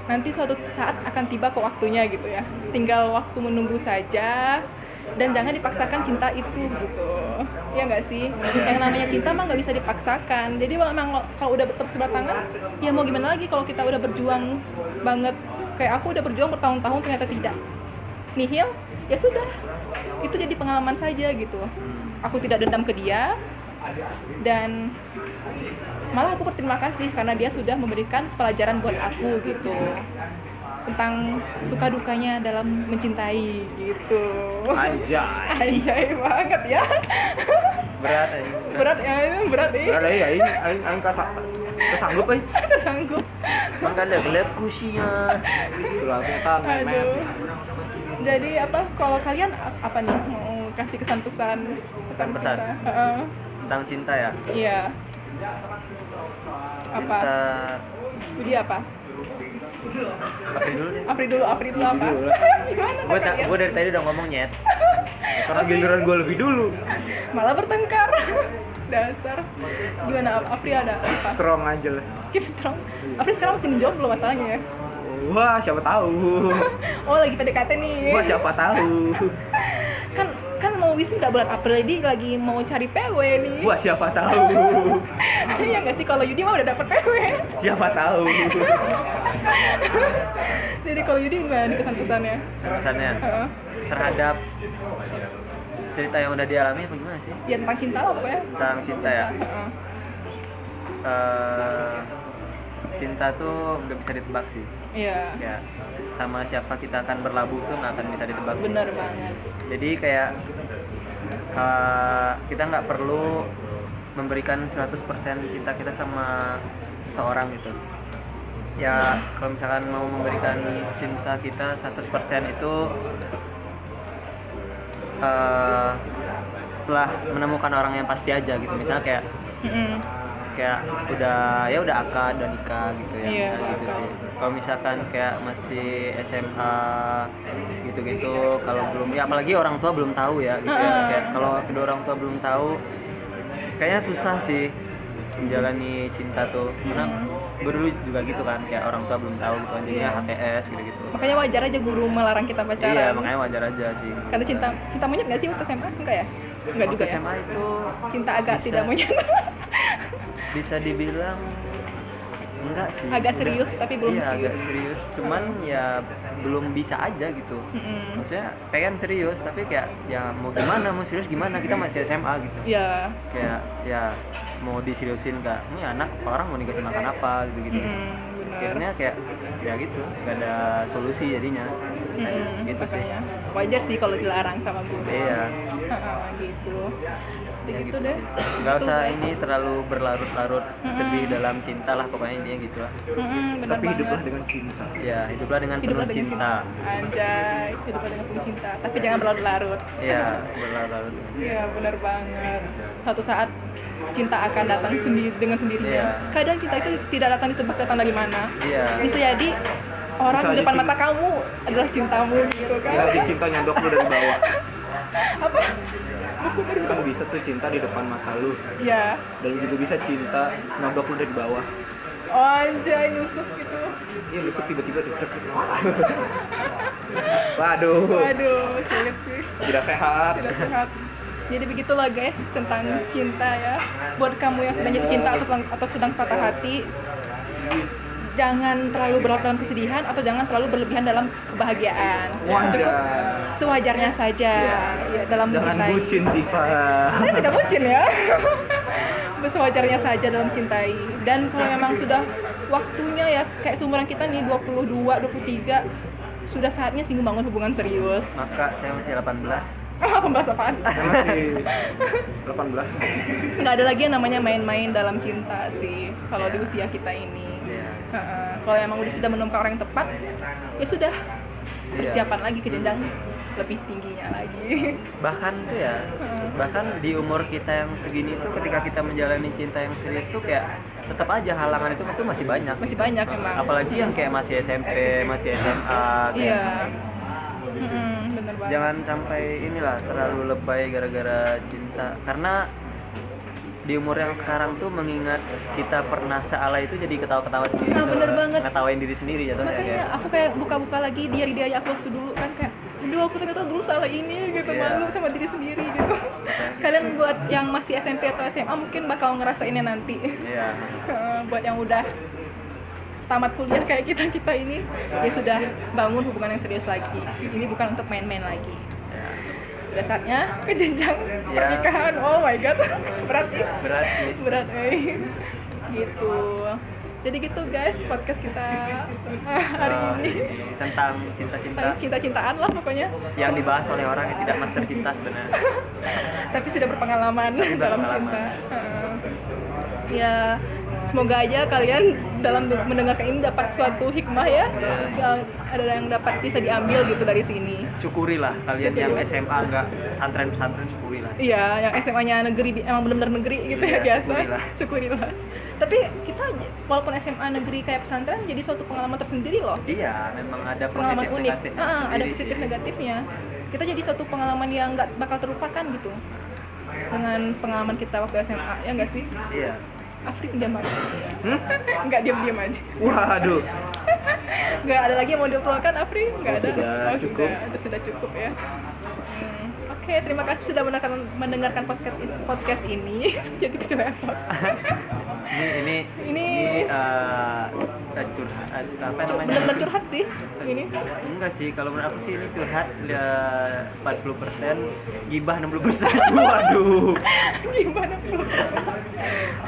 Speaker 1: nanti suatu saat akan tiba kok waktunya gitu ya tinggal waktu menunggu saja dan jangan dipaksakan cinta itu gitu ya nggak sih yang namanya cinta mah nggak bisa dipaksakan jadi memang kalau udah bertepuk sebelah tangan ya mau gimana lagi kalau kita udah berjuang banget kayak aku udah berjuang bertahun-tahun ternyata tidak nihil ya sudah itu jadi pengalaman saja gitu aku tidak dendam ke dia dan malah aku berterima kasih karena dia sudah memberikan pelajaran buat aku gitu tentang suka dukanya dalam mencintai gitu
Speaker 3: aja
Speaker 1: anjay banget ya
Speaker 2: berat aja
Speaker 1: berat ya ini berat ih
Speaker 3: berada ya ini aing aing kata kesanggup eh
Speaker 1: sanggup
Speaker 2: makanya lihat kan kusinya
Speaker 3: Tuh aku kan memang
Speaker 1: aduh jadi apa kalau kalian ap- apa nih mau kasih kesan pesan
Speaker 2: Pesan-pesan. tentang cinta ya
Speaker 1: iya
Speaker 2: cinta
Speaker 1: apa Budi apa
Speaker 2: pakai dulu deh
Speaker 1: Apri dulu Apri dulu apa
Speaker 3: dulu
Speaker 1: gimana
Speaker 2: gue
Speaker 1: kalian?
Speaker 2: gue dari tadi udah ngomong nyet
Speaker 3: karena giliran gue lebih dulu
Speaker 1: malah bertengkar dasar gimana Ap- Apri ada apa
Speaker 3: strong aja lah
Speaker 1: keep strong Apri sekarang masih jomblo masalahnya ya
Speaker 3: wah siapa tahu
Speaker 1: oh lagi PDKT nih
Speaker 3: wah siapa tahu
Speaker 1: kan kan mau wisuda bulan April jadi lagi mau cari PW nih
Speaker 3: wah siapa tahu
Speaker 1: iya nggak sih kalau Yudi mah udah dapet PW
Speaker 3: siapa tahu
Speaker 1: jadi kalau Yudi gimana nih kesan-kesannya
Speaker 2: pesannya
Speaker 1: Heeh.
Speaker 2: terhadap cerita yang udah dialami apa gimana sih
Speaker 1: ya tentang cinta lah pokoknya
Speaker 2: tentang cinta ya
Speaker 1: Heeh.
Speaker 2: Eh, cinta tuh nggak bisa ditebak sih
Speaker 1: iya
Speaker 2: ya sama siapa kita akan berlabuh tuh nggak akan bisa ditebak sih.
Speaker 1: benar banget
Speaker 2: jadi kayak eh, kita nggak perlu memberikan 100% cinta kita sama seorang gitu ya kalau misalkan mau memberikan cinta kita 100% itu eh, setelah menemukan orang yang pasti aja gitu misalnya kayak
Speaker 1: Mm-mm.
Speaker 2: kayak udah ya udah akad dan nikah gitu ya
Speaker 1: Iya,
Speaker 2: misalnya gitu
Speaker 1: akad.
Speaker 2: sih kalau misalkan kayak masih SMA gitu-gitu kalau belum ya apalagi orang tua belum tahu ya gitu ya
Speaker 1: Heeh.
Speaker 2: kayak kalau kedua orang tua belum tahu kayaknya susah sih menjalani cinta tuh karena gue dulu juga gitu kan kayak orang tua belum tahu gitu anjingnya
Speaker 1: Hmm. Iya.
Speaker 2: HTS gitu gitu
Speaker 1: Makanya wajar aja guru melarang kita pacaran.
Speaker 2: iya makanya wajar aja sih
Speaker 1: Karena cinta cinta monyet nggak sih waktu SMA? Enggak ya? Enggak
Speaker 2: Waktu
Speaker 1: juga ya.
Speaker 2: SMA itu
Speaker 1: Cinta agak
Speaker 2: bisa.
Speaker 1: tidak monyet.
Speaker 2: bisa dibilang enggak sih
Speaker 1: Agak
Speaker 2: Udah-
Speaker 1: serius, tapi belum
Speaker 2: iya,
Speaker 1: serius.
Speaker 2: agak serius cuman ya belum bisa aja gitu
Speaker 1: Mm-mm.
Speaker 2: maksudnya pengen serius tapi kayak ya mau gimana mau serius gimana kita masih SMA gitu
Speaker 1: Iya.
Speaker 2: kayak ya mau diseriusin nggak ini anak orang mau dikasih makan apa gitu gitu
Speaker 1: Mm-mm, benar.
Speaker 2: akhirnya kayak ya gitu nggak ada solusi jadinya Nah,
Speaker 1: Mm-mm,
Speaker 2: gitu sih
Speaker 1: Hmm. makanya. Wajar sih kalau dilarang sama guru.
Speaker 2: iya
Speaker 1: Ha-ha, gitu.
Speaker 2: ya
Speaker 1: Gitu,
Speaker 2: gitu
Speaker 1: deh. Hmm.
Speaker 2: sih. nggak
Speaker 1: Gitu,
Speaker 2: usah
Speaker 1: guys.
Speaker 2: ini terlalu berlarut-larut
Speaker 1: Mm-mm.
Speaker 2: sedih dalam cinta lah pokoknya dia gitu lah
Speaker 1: Mm-mm, benar
Speaker 3: tapi
Speaker 1: banget.
Speaker 3: hiduplah dengan cinta
Speaker 2: ya hiduplah dengan
Speaker 1: Hiduplah
Speaker 2: penuh
Speaker 1: dengan
Speaker 2: cinta,
Speaker 1: Anjay, hiduplah dengan penuh cinta. Tapi jangan berlarut-larut.
Speaker 2: iya berlarut-larut dengan cinta.
Speaker 1: Iya benar banget. Suatu saat cinta akan datang sendiri dengan sendirinya.
Speaker 2: Iya.
Speaker 1: Kadang cinta itu tidak datang ditebak datang dari mana.
Speaker 2: iya
Speaker 1: Bisa jadi orang
Speaker 3: Bisa
Speaker 1: di depan
Speaker 3: jadi
Speaker 1: mata kamu adalah cintamu gitu kan?
Speaker 3: bisa Ya, di cinta nyodok lu dari bawah
Speaker 1: Apa?
Speaker 3: kan bisa tuh cinta di depan mata lu
Speaker 1: Ya.
Speaker 3: dan juga bisa cinta nyodok lu dari bawah
Speaker 1: Oh, anjay nusuk gitu.
Speaker 3: iya besok tiba-tiba deg waduh
Speaker 1: Waduh, sulit sih.
Speaker 3: tidak sehat
Speaker 1: Tidak sehat. Jadi begitulah guys tentang cinta ya. Buat kamu yang sedang jatuh cinta atau atau sedang patah hati, jangan terlalu berat dalam kesedihan atau jangan terlalu berlebihan dalam kebahagiaan. Cukup
Speaker 3: wajar Iya.
Speaker 1: sewajarnya saja ya, dalam
Speaker 3: jangan
Speaker 1: mencintai.
Speaker 3: bucin diva
Speaker 1: Saya tidak bucin ya. Sewajarnya saja dalam mencintai. Dan kalau memang sudah waktunya ya kayak seumuran kita nih 22, 23 sudah saatnya sih membangun hubungan serius.
Speaker 2: maka saya masih 18
Speaker 1: Ah, pembahas apaan?
Speaker 3: Saya masih 18
Speaker 1: Nggak ada lagi yang namanya main-main dalam cinta sih kalau di usia kita ini.
Speaker 2: iya
Speaker 1: Heeh. Kalau emang udah sudah menemukan orang yang tepat, ya sudah
Speaker 2: Iya.
Speaker 1: persiapan lagi ke jenjang lebih tingginya lagi.
Speaker 2: bahkan tuh ya
Speaker 1: Hmm.
Speaker 2: bahkan di umur kita yang segini tuh ketika kita menjalani cinta yang serius tuh kayak tetap aja halangan itu itu masih banyak
Speaker 1: Masih banyak emang.
Speaker 2: apalagi yang kayak masih SMP masih SMA
Speaker 1: Iya.
Speaker 2: kayak
Speaker 1: Mm-mm, bener banget.
Speaker 2: jangan sampai inilah terlalu lebay gara-gara cinta karena di umur yang sekarang tuh mengingat kita pernah seala itu jadi ketawa-ketawa sendiri
Speaker 1: Nah,
Speaker 2: tuh.
Speaker 1: bener banget.
Speaker 2: ngetawain diri sendiri jatuhnya
Speaker 1: Makanya
Speaker 2: kayak
Speaker 1: aku kayak buka-buka lagi diary diary aku waktu dulu kan kayak aduh aku ternyata dulu salah ini gitu
Speaker 2: Iya.
Speaker 1: malu sama diri sendiri gitu. Kalian buat yang masih SMP atau SMA mungkin bakal ngerasainnya nanti.
Speaker 2: iya
Speaker 1: Eh, buat yang udah tamat kuliah kayak kita kita ini ya sudah bangun hubungan yang serius lagi ini bukan untuk main-main lagi
Speaker 2: Ya.
Speaker 1: udah saatnya ke jenjang
Speaker 2: Ya.
Speaker 1: pernikahan oh my god berat nih
Speaker 2: berat sih
Speaker 1: berat eh gitu jadi gitu guys podcast kita hari
Speaker 2: Eh,
Speaker 1: ini
Speaker 2: tentang cinta-cinta
Speaker 1: tentang cinta-cintaan lah pokoknya
Speaker 2: yang dibahas oleh orang yang tidak master cinta sebenarnya
Speaker 1: tapi sudah berpengalaman dalam cinta.
Speaker 2: berpengalaman.
Speaker 1: Heeh. Ya, semoga aja kalian dalam mendengarkan ini dapat suatu hikmah ya. Ya, Ada yang dapat bisa diambil gitu dari sini.
Speaker 2: syukurilah kalian yang
Speaker 1: Syukuri.
Speaker 2: SMA enggak pesantren-pesantren syukurilah
Speaker 1: Iya, yang SMA-nya negeri di- emang benar-benar negeri gitu ya
Speaker 2: Iya,
Speaker 1: biasa.
Speaker 2: syukurilah.
Speaker 1: Syukurilah. Tapi kita j- walaupun SMA negeri kayak pesantren jadi suatu pengalaman tersendiri loh.
Speaker 2: iya memang ada
Speaker 1: Pengalaman
Speaker 2: positif
Speaker 1: unik.
Speaker 2: negatif
Speaker 1: Ah, ada positif negatifnya. Kita jadi suatu pengalaman yang nggak bakal terlupakan gitu. Dengan pengalaman kita waktu SMA ya nggak sih?
Speaker 2: iya
Speaker 1: Afri diam aja
Speaker 3: hmm?
Speaker 1: nggak diam diam aja
Speaker 3: waduh
Speaker 1: nggak ada lagi yang mau diobrolkan Afri nggak ada Oh,
Speaker 3: Sudah cukup.
Speaker 1: sudah, sudah cukup ya Hmm, oke terima kasih sudah mendengarkan mendengarkan podcast podcast ini jadi ya, kecelepot
Speaker 2: ini ini
Speaker 1: Ini-
Speaker 2: eh, eh, curhat eh, apa
Speaker 1: Cur-
Speaker 2: namanya
Speaker 1: bener-bener curhat sih ini
Speaker 2: enggak sih kalau menurut aku sih ini curhat eh, 40% gibah 60%
Speaker 3: waduh
Speaker 1: gimana pun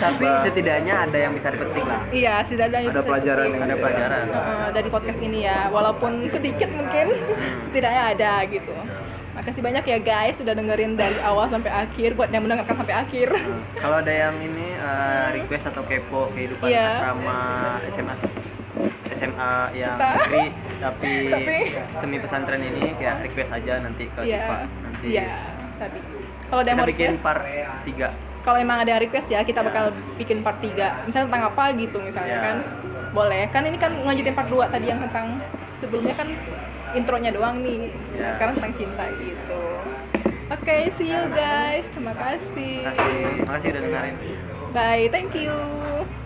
Speaker 2: tapi setidaknya ada yang bisa dipetik lah
Speaker 1: iya sudah ada
Speaker 3: Ada pelajaran yang
Speaker 2: ada pelajaran
Speaker 1: Eh, dari podcast ini ya walaupun sedikit mungkin setidaknya ada gitu makasih banyak ya guys sudah dengerin dari awal sampai akhir buat yang mendengarkan sampai akhir
Speaker 2: kalau ada yang ini eh, request atau kepo kehidupan
Speaker 1: Iya.
Speaker 2: asrama SMA SMA yang
Speaker 1: Kita.
Speaker 2: negeri tapi,
Speaker 1: Tapi-
Speaker 2: semi pesantren ini kayak request aja nanti ke
Speaker 1: Iya
Speaker 2: Diva nanti
Speaker 1: iya sabi kalau ada yang
Speaker 2: kita
Speaker 1: mau
Speaker 2: bikin
Speaker 1: request
Speaker 2: part Iya. 3
Speaker 1: kalau emang ada request ya kita bakal bikin part 3 misalnya tentang apa gitu misalnya
Speaker 2: Ya.
Speaker 1: kan boleh kan ini kan ngelanjutin part 2 tadi yang tentang sebelumnya kan intronya doang nih
Speaker 2: Ya.
Speaker 1: sekarang tentang cinta gitu Oke, see you guys. Terima kasih.
Speaker 2: Makasih, makasih udah dengerin.
Speaker 1: Bye, thank you.